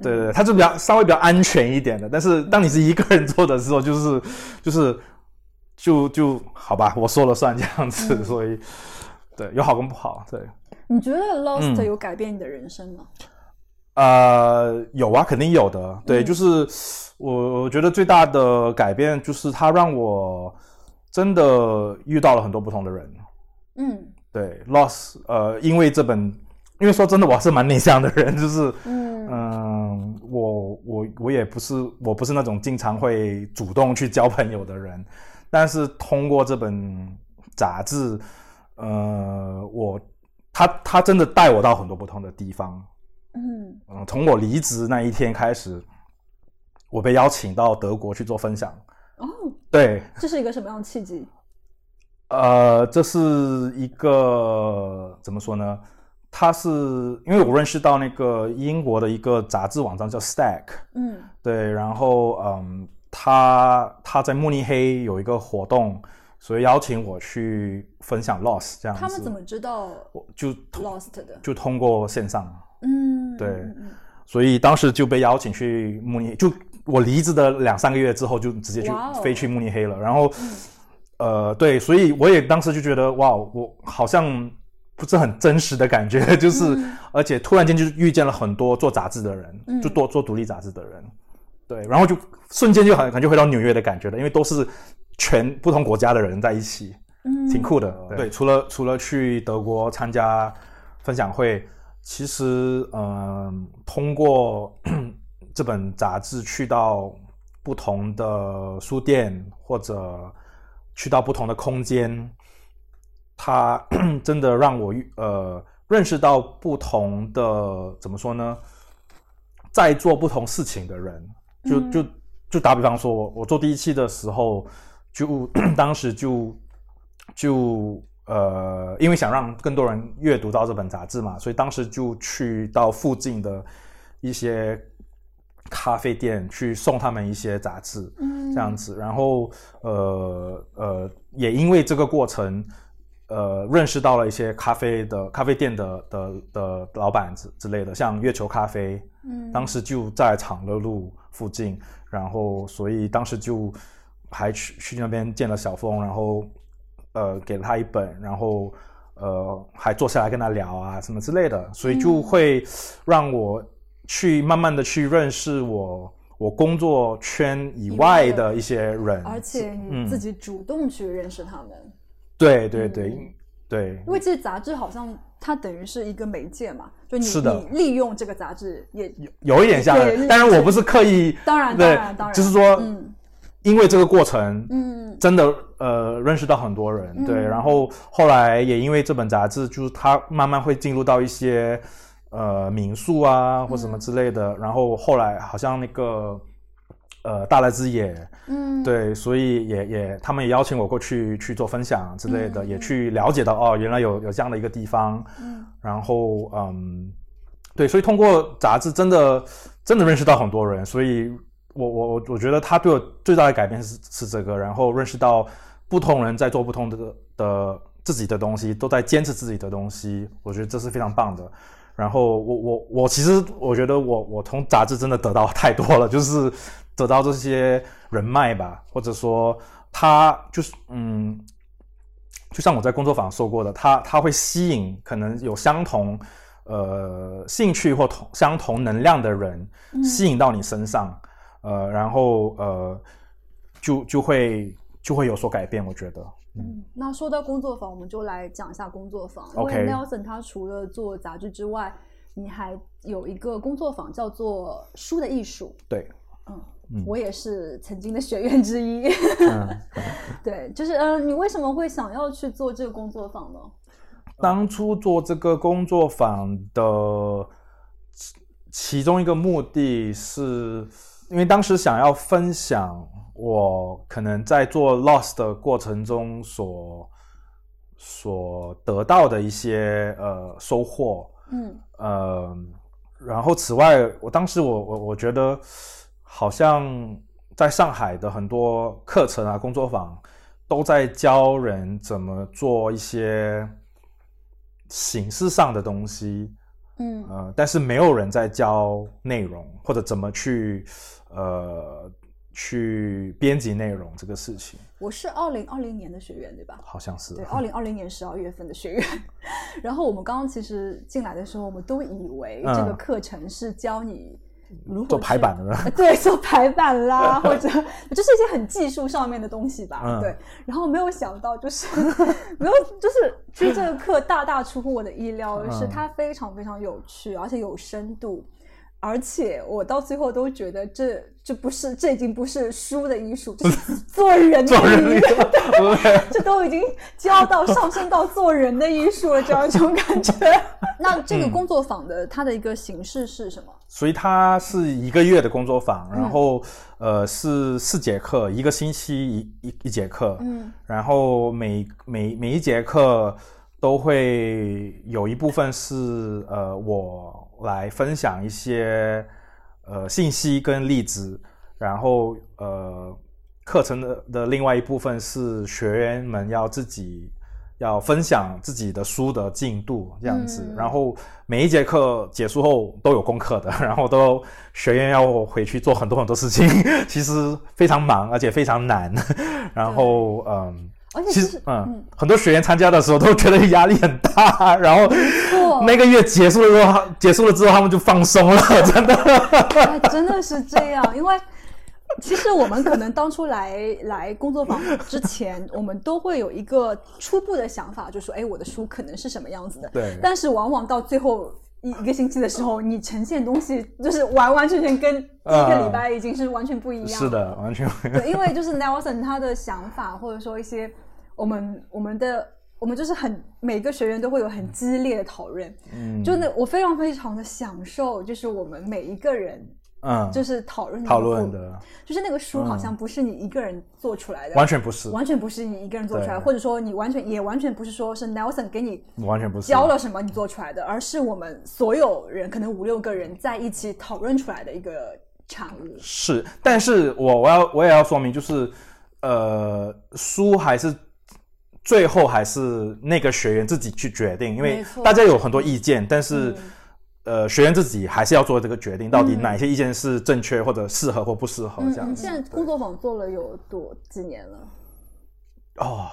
A: 对对，对它就比较稍微比较安全一点的。但是当你是一个人做的时候，就是就是就就好吧，我说了算这样子，
E: 嗯
A: 所以对，有好跟不好，对。
E: 你觉得《Lost》
A: 嗯
E: 有改变你的人生吗？
A: 呃，有啊，肯定有的。对，就是我我觉得最大的改变就是它让我真的遇到了很多不同的人。
E: 嗯
A: 对，Lost，呃，因为这本，因为说真的，我是蛮内向的人， 就是，嗯、我我我也不是，我不是那种经常会主动去交朋友的人，但是通过这本杂志，呃，我他他真的带我到很多不同的地方，
E: 嗯
A: 嗯，从我离职那一天开始，我被邀请到德国去做分享。
E: 哦，
A: 对，
E: 这是一个什么样的契机？
A: 呃，这是一个怎么说呢？它是因为我认识到那个英国的一个杂志网站叫 Stack，
E: 嗯
A: 对，然后嗯，他他在慕尼黑有一个活动，所以邀请我去分享 Loss 这样子。
E: 他们怎么知道
A: 我就
E: 《
A: 通
E: Lost》的？
A: 就通过线上？
E: 嗯，
A: 对
E: 嗯嗯
A: 所以当时就被邀请去慕尼，就我离职的两三个月之后，就直接就
E: 哇哦嗯
A: 飞去慕尼黑了。然后，呃，对，所以我也当时就觉得，哇，我好像不是很真实的感觉， 就是、
E: 嗯
A: 而且突然间就遇见了很多做杂志的人，就多做独立杂志的人，对，然后就瞬间就很很就回到纽约的感觉了，因为都是全不同国家的人在一起，
E: 嗯
A: 挺酷的。呃对，除了除了去德国参加分享会，其实嗯、通过 这本杂志去到不同的书店或者去到不同的空间，它 真的让我遇呃认识到不同的怎么说呢，在做不同事情的人，就就就打比方说，我我做第一期的时候，就 当时就就呃，因为想让更多人阅读到这本杂志嘛，所以当时就去到附近的一些咖啡店去送他们一些杂志，
E: 嗯
A: 这样子。然后呃呃，也因为这个过程，呃，认识到了一些咖啡的咖啡店的的的老板之之类的，像月球咖啡，
E: 嗯
A: 当时就在长乐路附近，然后所以当时就还去去那边见了小峰，然后呃给了他一本，然后呃还坐下来跟他聊啊什么之类的，所以就会让我去慢慢的去认识我我工作圈以外的一些人，
E: 而且你
A: 嗯
E: 自己主动去认识他们，
A: 对对对、
E: 嗯
A: 对
E: 因为这杂志好像它等于是一个媒介嘛，就你
A: 是的
E: 你利用这个杂志也
A: 有一点像
E: 对，
A: 但是我不是刻意，
E: 当然当
A: 对
E: 然当然，
A: 就是说
E: 嗯
A: 因为这个过程，
E: 嗯
A: 真的呃认识到很多人，对，然后后来也因为这本杂志，就是它慢慢会进入到一些呃民宿啊或什么之类的，然后后来好像那个呃大来之野，
E: 嗯，
A: 对，所以也也他们也邀请我过去去做分享之类的，也去了解到哦，原来有有这样的一个地方，
E: 嗯，
A: 然后嗯，对，所以通过杂志真的真的认识到很多人，所以我我我我觉得他对我最大的改变是是这个，然后认识到不同人在做不同的的自己的东西，都在坚持自己的东西，我觉得这是非常棒的。然后我我我其实我觉得我我从杂志真的得到太多了，就是得到这些人脉吧，或者说他就是嗯，就像我在工作坊说过的，他他会吸引可能有相同呃兴趣或同相同能量的人吸引到你身上，呃，然后呃就就会就会有所改变，我觉得。
E: 嗯，那说到工作坊，我们就来讲一下工作坊。因
A: OK
E: 为 Nelson 他除了做杂志之外，你还有一个工作坊叫做“书的艺术
A: 对，”。嗯
E: 我也是曾经的学员之一。
A: 嗯。
E: 对，就是嗯、呃你为什么会想要去做这个工作坊呢？
A: 当初做这个工作坊的其其中一个目的是，因为当时想要分享我可能在做 Lost 的过程中所所得到的一些呃收获，
F: 嗯
A: 呃，然后此外，我当时我我我觉得好像在上海的很多课程啊、工作坊都在教人怎么做一些形式上的东西，
F: 嗯
A: 呃，但是没有人在教内容或者怎么去呃去编辑内容这个事情，
B: 我是二零二零年的学员，对吧？
A: 好像是
B: 对，哦二零二零年十二月份的学员。 然后我们刚刚其实进来的时候，我们都以为这个
A: 嗯
B: 课程是教你如何
A: 做排
B: 去
A: 版的呢。
B: 呃对，做排版 啦，或者就是一些很技术上面的东西吧。
A: 嗯
B: 对，然后没有想到，就是 没有，就是其实这个课大大出乎我的意料，是
A: 嗯
B: 它非常非常有趣，而且有深度。而且我到最后都觉得这这不是这已经不是书的艺术，这是 做人的
A: 做人
B: 艺
A: 类
B: 术，
A: 对
B: 这都已经教 到上升到做人的艺术了，这样一种感 觉。
F: 那这
B: 这
F: 个
A: 嗯
B: 个
F: 工
B: 工作坊的它的一个形式是什么？
A: 所以它是一个月的工作坊，然后、呃是四节课，一个星期一一一节课，
B: 嗯
A: 然后每每每一节课都会有一部分是呃我来分享一些呃信息跟例子，然后呃课程的的另外一部分是学员们要自己要分享自己的书的进度这样子，
B: 嗯
A: 然后每一节课结束后都有功课的， 然后都学员要回去做很多很多事情， 其实非常忙，而且非常难。然后嗯，
B: 而且
A: 其
B: 就
A: 实
B: 是
A: 嗯，很多学员参加的时候都觉得压力很大，然后那个月结束了之后，结束了之后他们就放松了，真的。
B: 哎，真的是这样，因为其实我们可能当初来来工作坊之前，我们都会有一个初步的想法，就说，哎，我的书可能是什么样子的。
A: 对
B: 但是往往到最后一一个星期的时候，你呈现东西就是完完全全跟第一个
A: 啊
B: 礼拜已经是完全不一样。
A: 是的，完全会
B: 对，因为就是 Nelson 他的想法，或者说一些我们我们的我们就是很每个学员都会有很激烈的讨论，
A: 嗯，
B: 就那我非常非常的享受，就是我们每一个人
A: 嗯，
B: 就是讨论
A: 讨论
B: 那个
A: 的嗯
B: 部，就是那个书好像不是你一个人做出来的，
A: 完全不是，
B: 完全不是你一个人做出来，
A: 对
B: 或者说你完全也完全不是说是 Nelson 给你
A: 完全不是
B: 教了什么你做出来的，而是我们所有人可能五六个人在一起讨论出来的一个产物。
A: 是，但是我我要我也要说明，就是呃，书还是最后还是那个学员自己去决定，因
F: 没
A: 为
F: 错
A: 大家有很多意见，但是、
B: 嗯
A: 呃，学员自己还是要做这个决定，到底哪些意见是正确或者适合或不适合哦
B: 嗯
A: 这样子。
B: 现在工作坊做了有多几年了？嗯
A: 哦，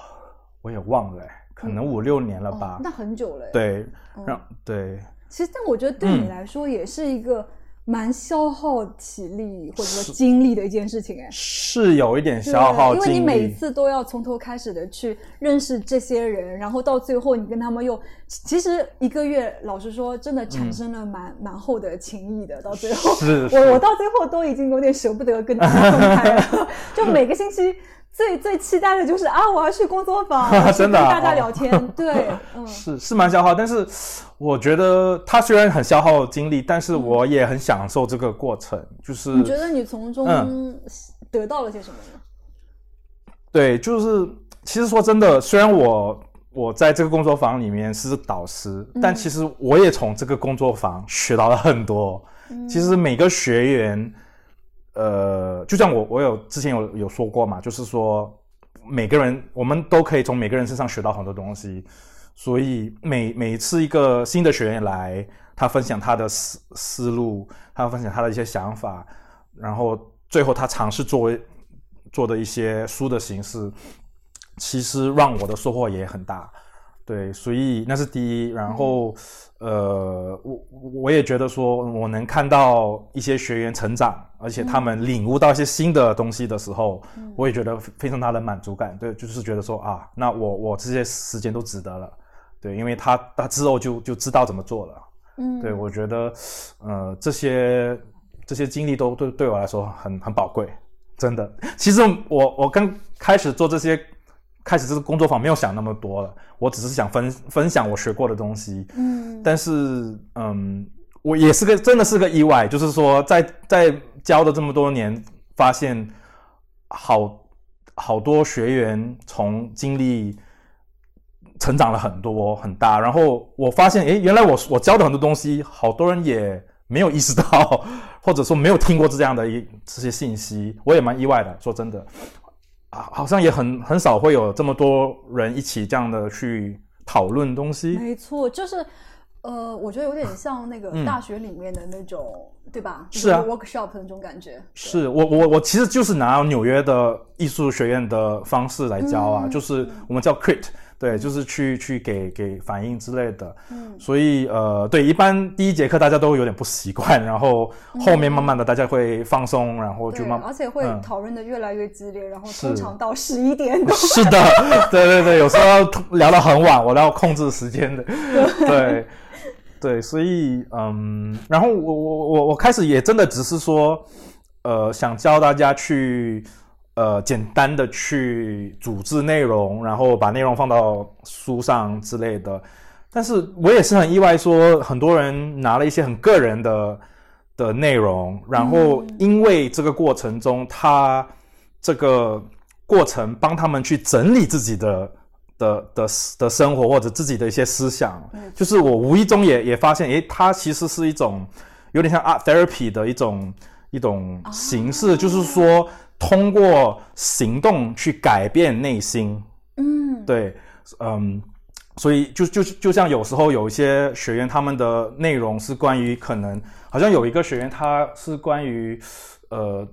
A: 我也忘了，哎可能五六年了吧
B: 哦。那嗯很久了。，
A: 对，让对
B: 其实但我觉得对
A: 嗯
B: 你来说也是一个蛮消耗体力或者说
A: 是
B: 精力的一件事情，哎。
A: 是有一点
B: 对
A: 消耗
B: 因为你
A: 精
B: 每
A: 力。
B: 次都要从头开始的去认识这些人，然后到最后你跟他们又，其其实一个月，老实说，真的产生了蛮、蛮厚的情谊的。到最后，
A: 嗯是是
B: 我我到最后都已经有点舍不得跟他们分 开了，就每个星期。最最期待的就是啊，我要去工作 坊，我要去
A: 真的
B: 跟
A: 啊
B: 大家
A: 哦
B: 聊天。 对，嗯，
A: 是是蛮消耗，但是我觉得它虽然很消耗精力，但是我也很享受这个过程。就是
B: 你觉得你从中
A: 嗯
B: 得到了些什么呢？
A: 对，就是其实说真的，虽然我我在这个工作坊里面是导师，
B: 嗯
A: 但其实我也从这个工作坊学到了很多。其实每个学员，呃，就像我我有之前有有说过嘛，就是说每个人我们都可以从每个人身上学到很多东西。所以每每次一个新的学员来，他分享他的思思路，他分享他的一些想法，然后最后他尝试作为做的一些书的形式，其实让我的收获也很大。对，所以那是第一。然后，呃，我我也觉得说，我能看到一些学员成长，而且他们领悟到一些新的东西的时候，我也觉得非常大的满足感。对，就是觉得说啊，那我我这些时间都值得了。对，因为他他之后就就知道怎么做了。
B: 嗯，
A: 对，我觉得，呃，这些这些经历都对对我来说很很宝贵，真的。其实我我刚开始做这些，开始这个工作坊没有想那么多了，我只是想分分享我学过的东西。
B: 嗯，
A: 但是，嗯，我也是个真的是个意外，就是说在在教的这么多年，发现好好多学员从经历成长了很多很大，然后我发现，诶，原来我我教的很多东西，好多人也没有意识到，或者说没有听过这样的一这些信息，我也蛮意外的，说真的，啊，好像也很很少会有这么多人一起这样的去讨论东西，
B: 没错，就是，呃，我觉得有点像那个
A: 嗯
B: 大学里面的那种，对吧？就是
A: 啊
B: workshop 的那种感觉。
A: 是我我我其实就是拿纽约的艺术学院的方式来教啊，
B: 嗯
A: 就是我们叫 crit，对，就是去去给给反应之类的。
B: 嗯，
A: 所以呃，对，一般第一节课大家都有点不习惯，然后后面慢慢的大家会放松，然后就
B: 嗯对，
A: 慢
B: 而且会
A: 嗯
B: 讨论的越来越激烈，然后
A: 是
B: 通常到十一点都
A: 是的，对对对，有时候聊到很晚，我都要控制时间的，对对，所以嗯，然后我我我我开始也真的只是说，呃，想教大家去呃简单的去组织内容，然后把内容放到书上之类的，但是我也是很意外，说很多人拿了一些很个人的的内容，然后因为这个过程中，他这个过程帮他们去整理自己的的的的生活或者自己的一些思想，就是我无意中也也发现，诶，它其实是一种有点像 art therapy 的一种一种形式，就是说通过行动去改变内心，
B: 嗯，
A: 对，嗯，所以就就就像有时候有一些学员他们的内容是关于可能，好像有一个学员他是关于呃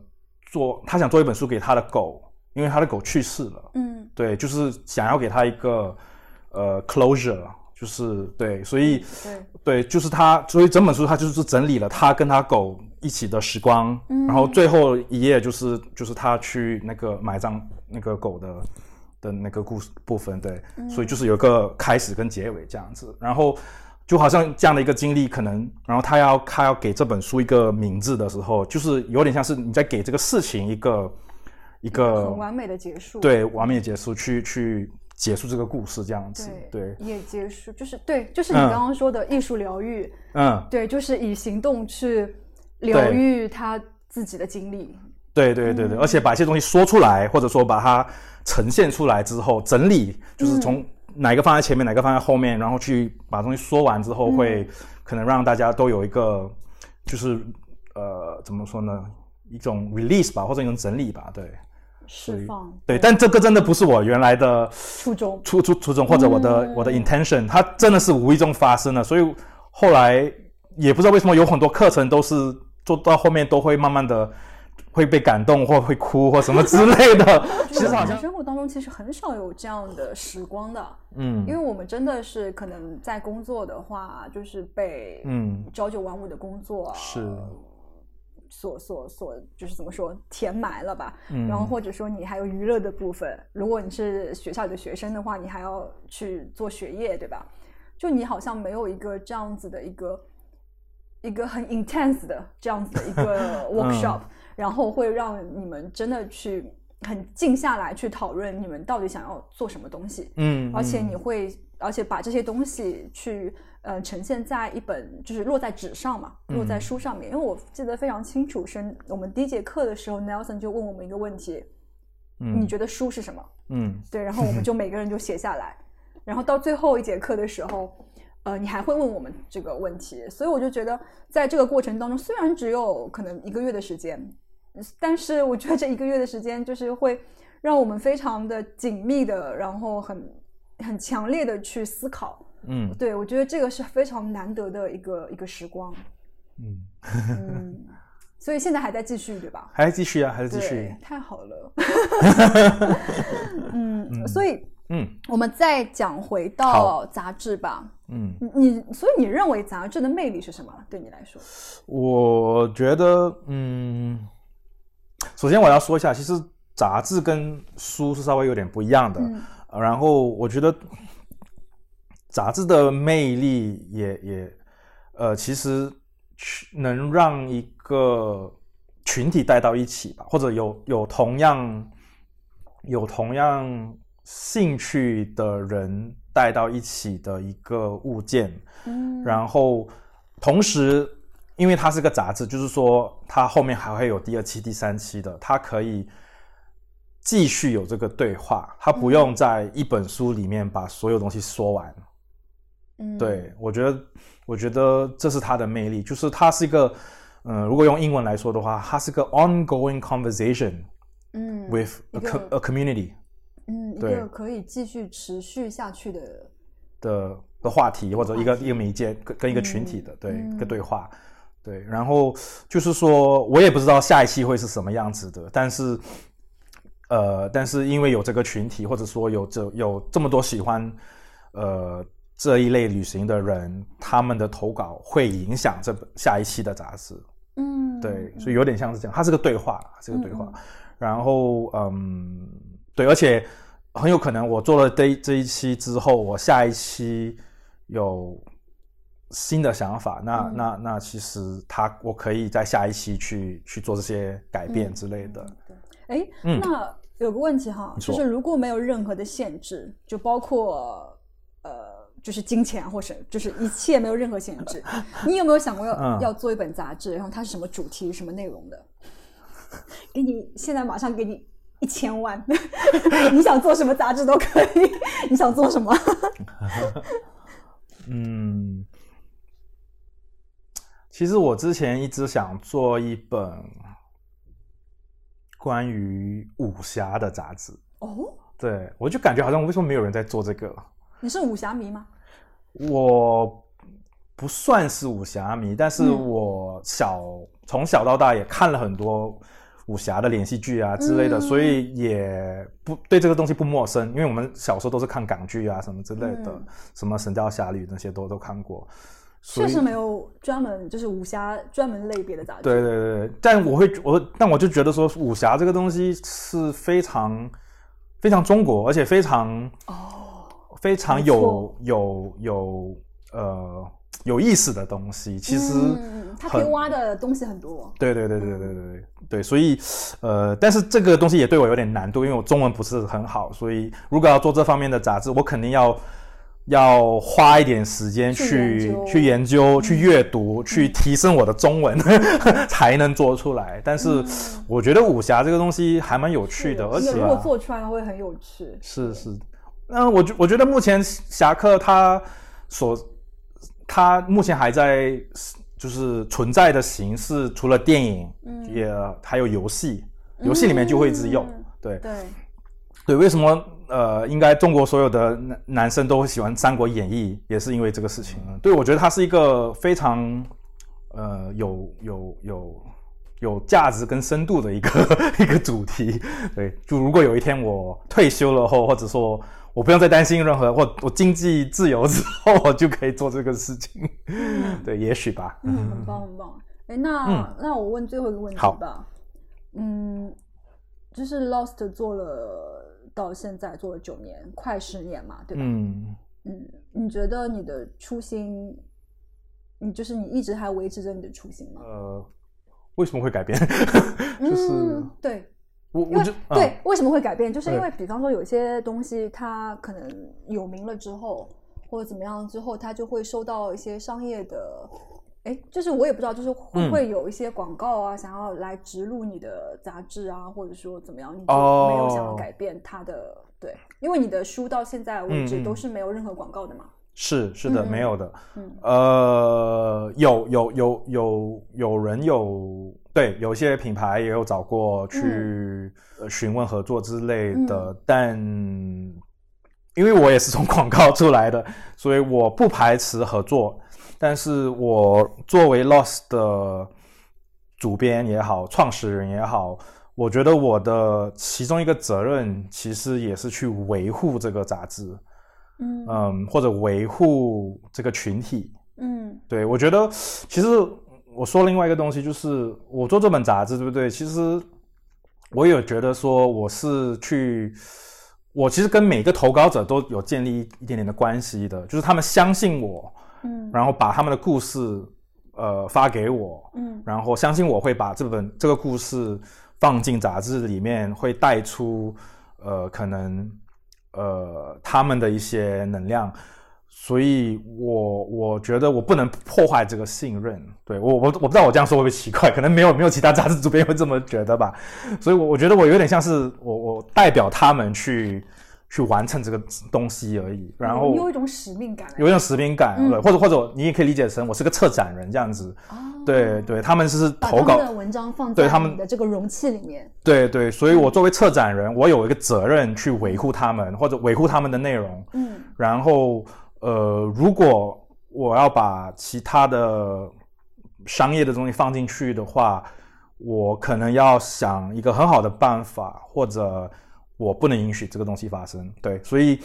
A: 做他想做一本书给他的狗，因为他的狗去世了，
B: 嗯，
A: 对，就是想要给他一个呃 closure，就是对，所以
B: 对，
A: 对，就是他，所以整本书他就是整理了他跟他狗一起的时光，
B: 嗯
A: 然后最后一页就是就是他去那个埋葬那个狗的的那个故事部分，对，
B: 嗯
A: 所以就是有一个开始跟结尾这样子，然后就好像这样的一个经历，可能然后他要他要给这本书一个名字的时候，就是有点像是你在给这个事情一个一个
B: 很完美的结束。
A: 呃对完美的结束，去去结束这个故事这样子，对
B: 对，也结束，就是对，就是你
A: 嗯
B: 刚刚说的艺术疗愈，
A: 嗯。
B: 对，就是以行动去疗
A: 对
B: 愈他自己的经历。
A: 对对对对，而且把一些东西说出来，或者说把它呈现出来之后，整理就是从哪个放在前面，哪个放在后面，然后去把东西说完之后，会可能让大家都有一个就是呃怎么说呢，一种 release 吧，或者一种整理吧，对
B: 释放
A: 对。但这个真的不是我原来的
B: 初衷，嗯
A: 初初初衷或者我的、我的 intention，它真的是无意中发生的，所以后来也不知道为什么有很多课程都是做到后面都会慢慢的会被感动或会哭或什么之类的， 其实好像
B: 生活当中其实很少有这样的时光的，因为
A: 嗯
B: 我们真的是可能在工作的话，就是被
A: 嗯
B: 朝九晚五的工作
A: 是
B: 所所所就是怎么说填埋了吧。
A: 嗯，
B: 然后或者说你还有娱乐的部分，如果你是学校里的学生的话，你还要去做学业，对吧？就你好像没有一个这样子的一个一个很 intense 的这样子的一个 workshop，、然后会让你们真的去很静下来去讨论你们到底想要做什么东西。
A: 嗯，
B: 而且
A: 嗯
B: 你会，而且把这些东西去呃呈现在一本就是落在纸上嘛，落在
A: 嗯
B: 书上面。因为我记得非常清楚，是我们第一节课的时候，Nelson 就问我们一个问题：
A: 嗯
B: 你觉得书是什么？
A: 嗯
B: 对，然后我们就每个人就写下来。然后到最后一节课的时候，呃，你还会问我们这个问题，所以我就觉得在这个过程当中，虽然只有可能一个月的时间，但是我觉得这一个月的时间就是会让我们非常的紧密的，然后很很强烈的去思考。
A: 嗯
B: 对我觉得这个是非常难得的一个一个 时光，
A: 嗯，
B: 嗯，所以现在还在继续，对吧？
A: 还是继续啊，还是继
B: 对，
A: 续，
B: 太好 了。 嗯，所以
A: 嗯
B: 我们再讲回到
A: 好
B: 杂志吧。
A: 嗯。
B: 你你，所以你认为杂志的魅力是什么？对你来说，
A: 我觉得，嗯，首先我要说一下，其实杂志跟书是稍微有点不一样的。
B: 嗯
A: 呃然后我觉得杂志的魅力也也，呃，其实去能让一个群体带到一起吧，或者有有同样有同样兴趣的人带到一起的一个物件。
B: 嗯，
A: 然后同时因为它是个杂志，就是说它后面还会有第二期、第三期的，它可以继续有这个对话，它不用在一本书里面把所有东西说完。
G: 嗯，
A: 对，我觉得，我觉得这是它的魅力，就是它是一个，嗯、如果用英文来说的话，它是个 ongoing conversation
G: 嗯
A: with a,
G: 一个
A: co- a community
G: 嗯，一
A: 对
G: 个可以继续持续下去的，
A: 的的话题嗯或者一个一个媒介跟跟一个群体的、对一个对话，对，然后就是说我也不知道下一期会是什么样子的，但是。呃，但是因为有这个群体，或者说有这有这么多喜欢，呃这一类旅行的人，他们的投稿会影响这本下一期的杂志。
G: 嗯，
A: 对，
G: 嗯
A: 所以有点像是这样，它是个对话，是个对话。然后，嗯，对，而且很有可能我做了这一这一期之后，我下一期有新的想法，那、
G: 嗯
A: 那那其实它我可以在下一期去去做这些改变之类的。
B: 哎，
A: 嗯
B: 那有个问题哈，
A: 你
B: 就
A: 说
B: 是如果没有任何的限制，就包括呃，就是金钱啊或是就是一切没有任何限 制，你有没有想过要、
A: 嗯
B: 要做一本杂志？然后它是什么主题、什么内容的？ 给你现在马上给你一千万， 你想做什么杂志都可以，你想做什么？
A: 嗯，其实我之前一直想做一本关于武侠的杂志，
B: 哦，
A: 对我就感觉好像为什么没有人在做这个？
B: 你是武侠迷吗？
A: 我不算是武侠迷，但是
B: 嗯
A: 我小从小到大也看了很多武侠的连续剧啊之类的，
B: 嗯
A: 所以也不对这个东西不陌生，因为我们小时候都是看港剧啊什么之类的，
B: 嗯
A: 什么《神雕侠侣》那些都都看过，所
B: 确
A: 以
B: 实没有专门就是武侠专门类别的杂志。
A: 对对对，对但我会我但我就觉得说武侠这个东西是非常非常中国，而且非常
B: 哦，
A: 非常
B: 没
A: 有有有呃有意思的东西。其实很、
B: 嗯，它可以挖的东西很多。
A: 对对对对对对对对，所以呃，但是这个东西也对我有点难度，因为我中文不是很好，所以如果要做这方面的杂志，我肯定要要花一点时间
B: 去
A: 去
B: 研究
A: 去研究、
B: 嗯
A: 去阅读、去提升我的中文， 才能做出来。但是我觉得武侠这个东西还蛮有趣的，而且、
B: 那
A: 啊、
B: 嗯如果做出来的话会很有趣。
A: 是是，那我觉我觉得目前侠客他所他目前还在就是存在的形式，除了电影，
G: 嗯
A: 也还有游戏，游戏里面就会一直有。
G: 嗯
A: 对
G: 对，
A: 对，为什么呃，应该中国所有的男男生都会喜欢《三国演义》，也是因为这个事情。啊对，我觉得它是一个非常呃有有有有价值跟深度的一个 一个主题。对，就如果有一天我退休了后，或者说我不用再担心任何，或我经济自由之后， 我就可以做这个事情。对，也许吧。
B: 嗯，很棒很棒。哎，那、
A: 嗯
B: 那我问最后一个问题
A: 好
B: 吧。嗯，就是 Lost 做了到现在做了九年，快十年嘛，对吧？
A: 嗯，
B: 嗯，你觉得你的初心，你就是你一直还维持着你的初心吗？
A: 呃，为什么会改变？ 呃就是、
B: 嗯、对，
A: 我
B: 因
A: 我
B: 为
A: 就、啊
B: 对，为什么会改变？就是因
A: 对
B: 为，比方说有些东西它可能有名了之后，或者怎么样之后，它就会收到一些商业的，哎，就是我也不知道，就是会不
A: 嗯
B: 会有一些广告啊，想要来植入你的杂志啊，或者说怎么样，你就
A: 哦
B: 没有想要改变它的。对，因为你的书到现在为止
A: 嗯嗯
B: 都是没有任何广告的嘛。
A: 是是的，
B: 嗯
A: 没有的。
B: 嗯
A: 呃，有有有有有人有对，有些品牌也有找过去呃询问合作之类的，但因为我也是从广告出来的，所以我不排斥合作。但是我作为 Lost 的主编也好，创始人也好，我觉得我的其中一个责任其实也是去维护这个杂志。
B: 嗯
A: 嗯，或者维护这个群体。
B: 嗯
A: 对我觉得，其实我说另外一个东西，就是我做这本杂志，对不对？其实我也有觉得说，我是去，我其实跟每个投稿者都有建立一点点的关系的，就是他们相信我，
B: 嗯
A: 然后把他们的故事呃发给我，
B: 嗯
A: 然后相信我会把这本这个故事放进杂志里面，会带出呃可能呃他们的一些能量。所以我我觉得我不能破坏这个信任，对我我我不知道我这样说会不会奇怪，可能没有没有其他杂志主编会这么觉得吧，所以我我觉得我有点像是我我代表他们去去完成这个东西而已，然后
B: 你有一种使命感来啊着，
A: 有一种使命感，
B: 嗯
A: 对，或者或者你也可以理解成我是个策展人这样子，
B: 哦
A: 对对，他们是
B: 把
A: 投
B: 他
A: 稿
B: 们的文章放
A: 对
B: 在
A: 他们
B: 你的这个容器里面，
A: 对对，所以我作为策展人，我有一个责任去维护他们，或者维护他们的内容。
B: 嗯，
A: 然后，呃，如果我要把其他的商业的东西放进去的话，我可能要想一个很好的办法，或者我不能允许这个东西发生。对，所以，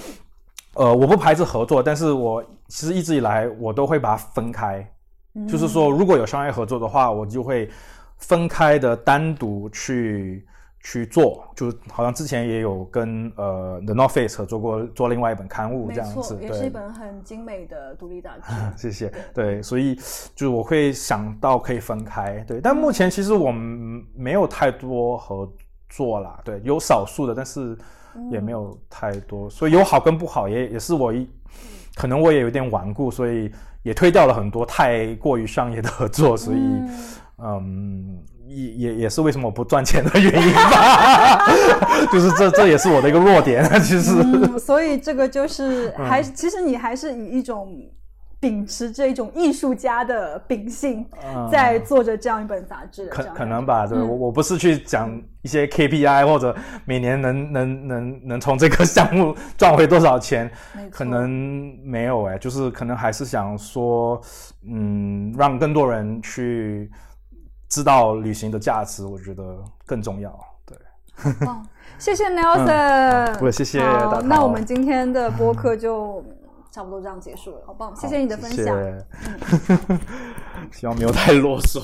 A: 呃，我不排斥合作，但是我其实一直以来我都会把它分开。
B: 嗯
A: 就是说，如果有商业合作的话，我就会分开的单独去去做，就好像之前也有跟呃 The North Face 合作过，做另外一本刊物
B: 没
A: 这样
B: 错
A: 子，，
B: 也是一
A: 对。
B: 本很精美的独立杂 志。
A: 谢谢，对，所以就是我会想到可以分开，对，但目前其实我们没有太多合作啦，对，有少数的，但是也没
B: 嗯
A: 有太多，所以有好跟不好也也是我一，可能我也有点顽固，所以也推掉了很多太过于商业的合作，所以嗯。也也也是为什么我不赚钱的原因吧， 就是这这也是我的一个弱点，其实。
B: 嗯，所以这个 就是
A: 嗯
B: 还是其实你还是以一种秉持着一种艺术家的秉性，
A: 嗯
B: 在做着这样一本杂志。
A: 可
B: 这样一嗯
A: 可
B: 本
A: 能吧，对、我我不是去讲一些 KPI 或者每年能能能能从这个 项目赚回多少钱
B: 没错，
A: 可能没有哎、就是可能还是想说，嗯，让更多人去知道旅行的价值，我觉得更重要。对，
B: 哦谢谢 Nelson，、
A: 我也嗯谢谢大
B: 好，
A: 头
B: 那我们今天的播 客就差不多这样 结束了，好棒！谢谢你的分享。
A: 谢谢希望没有太啰嗦。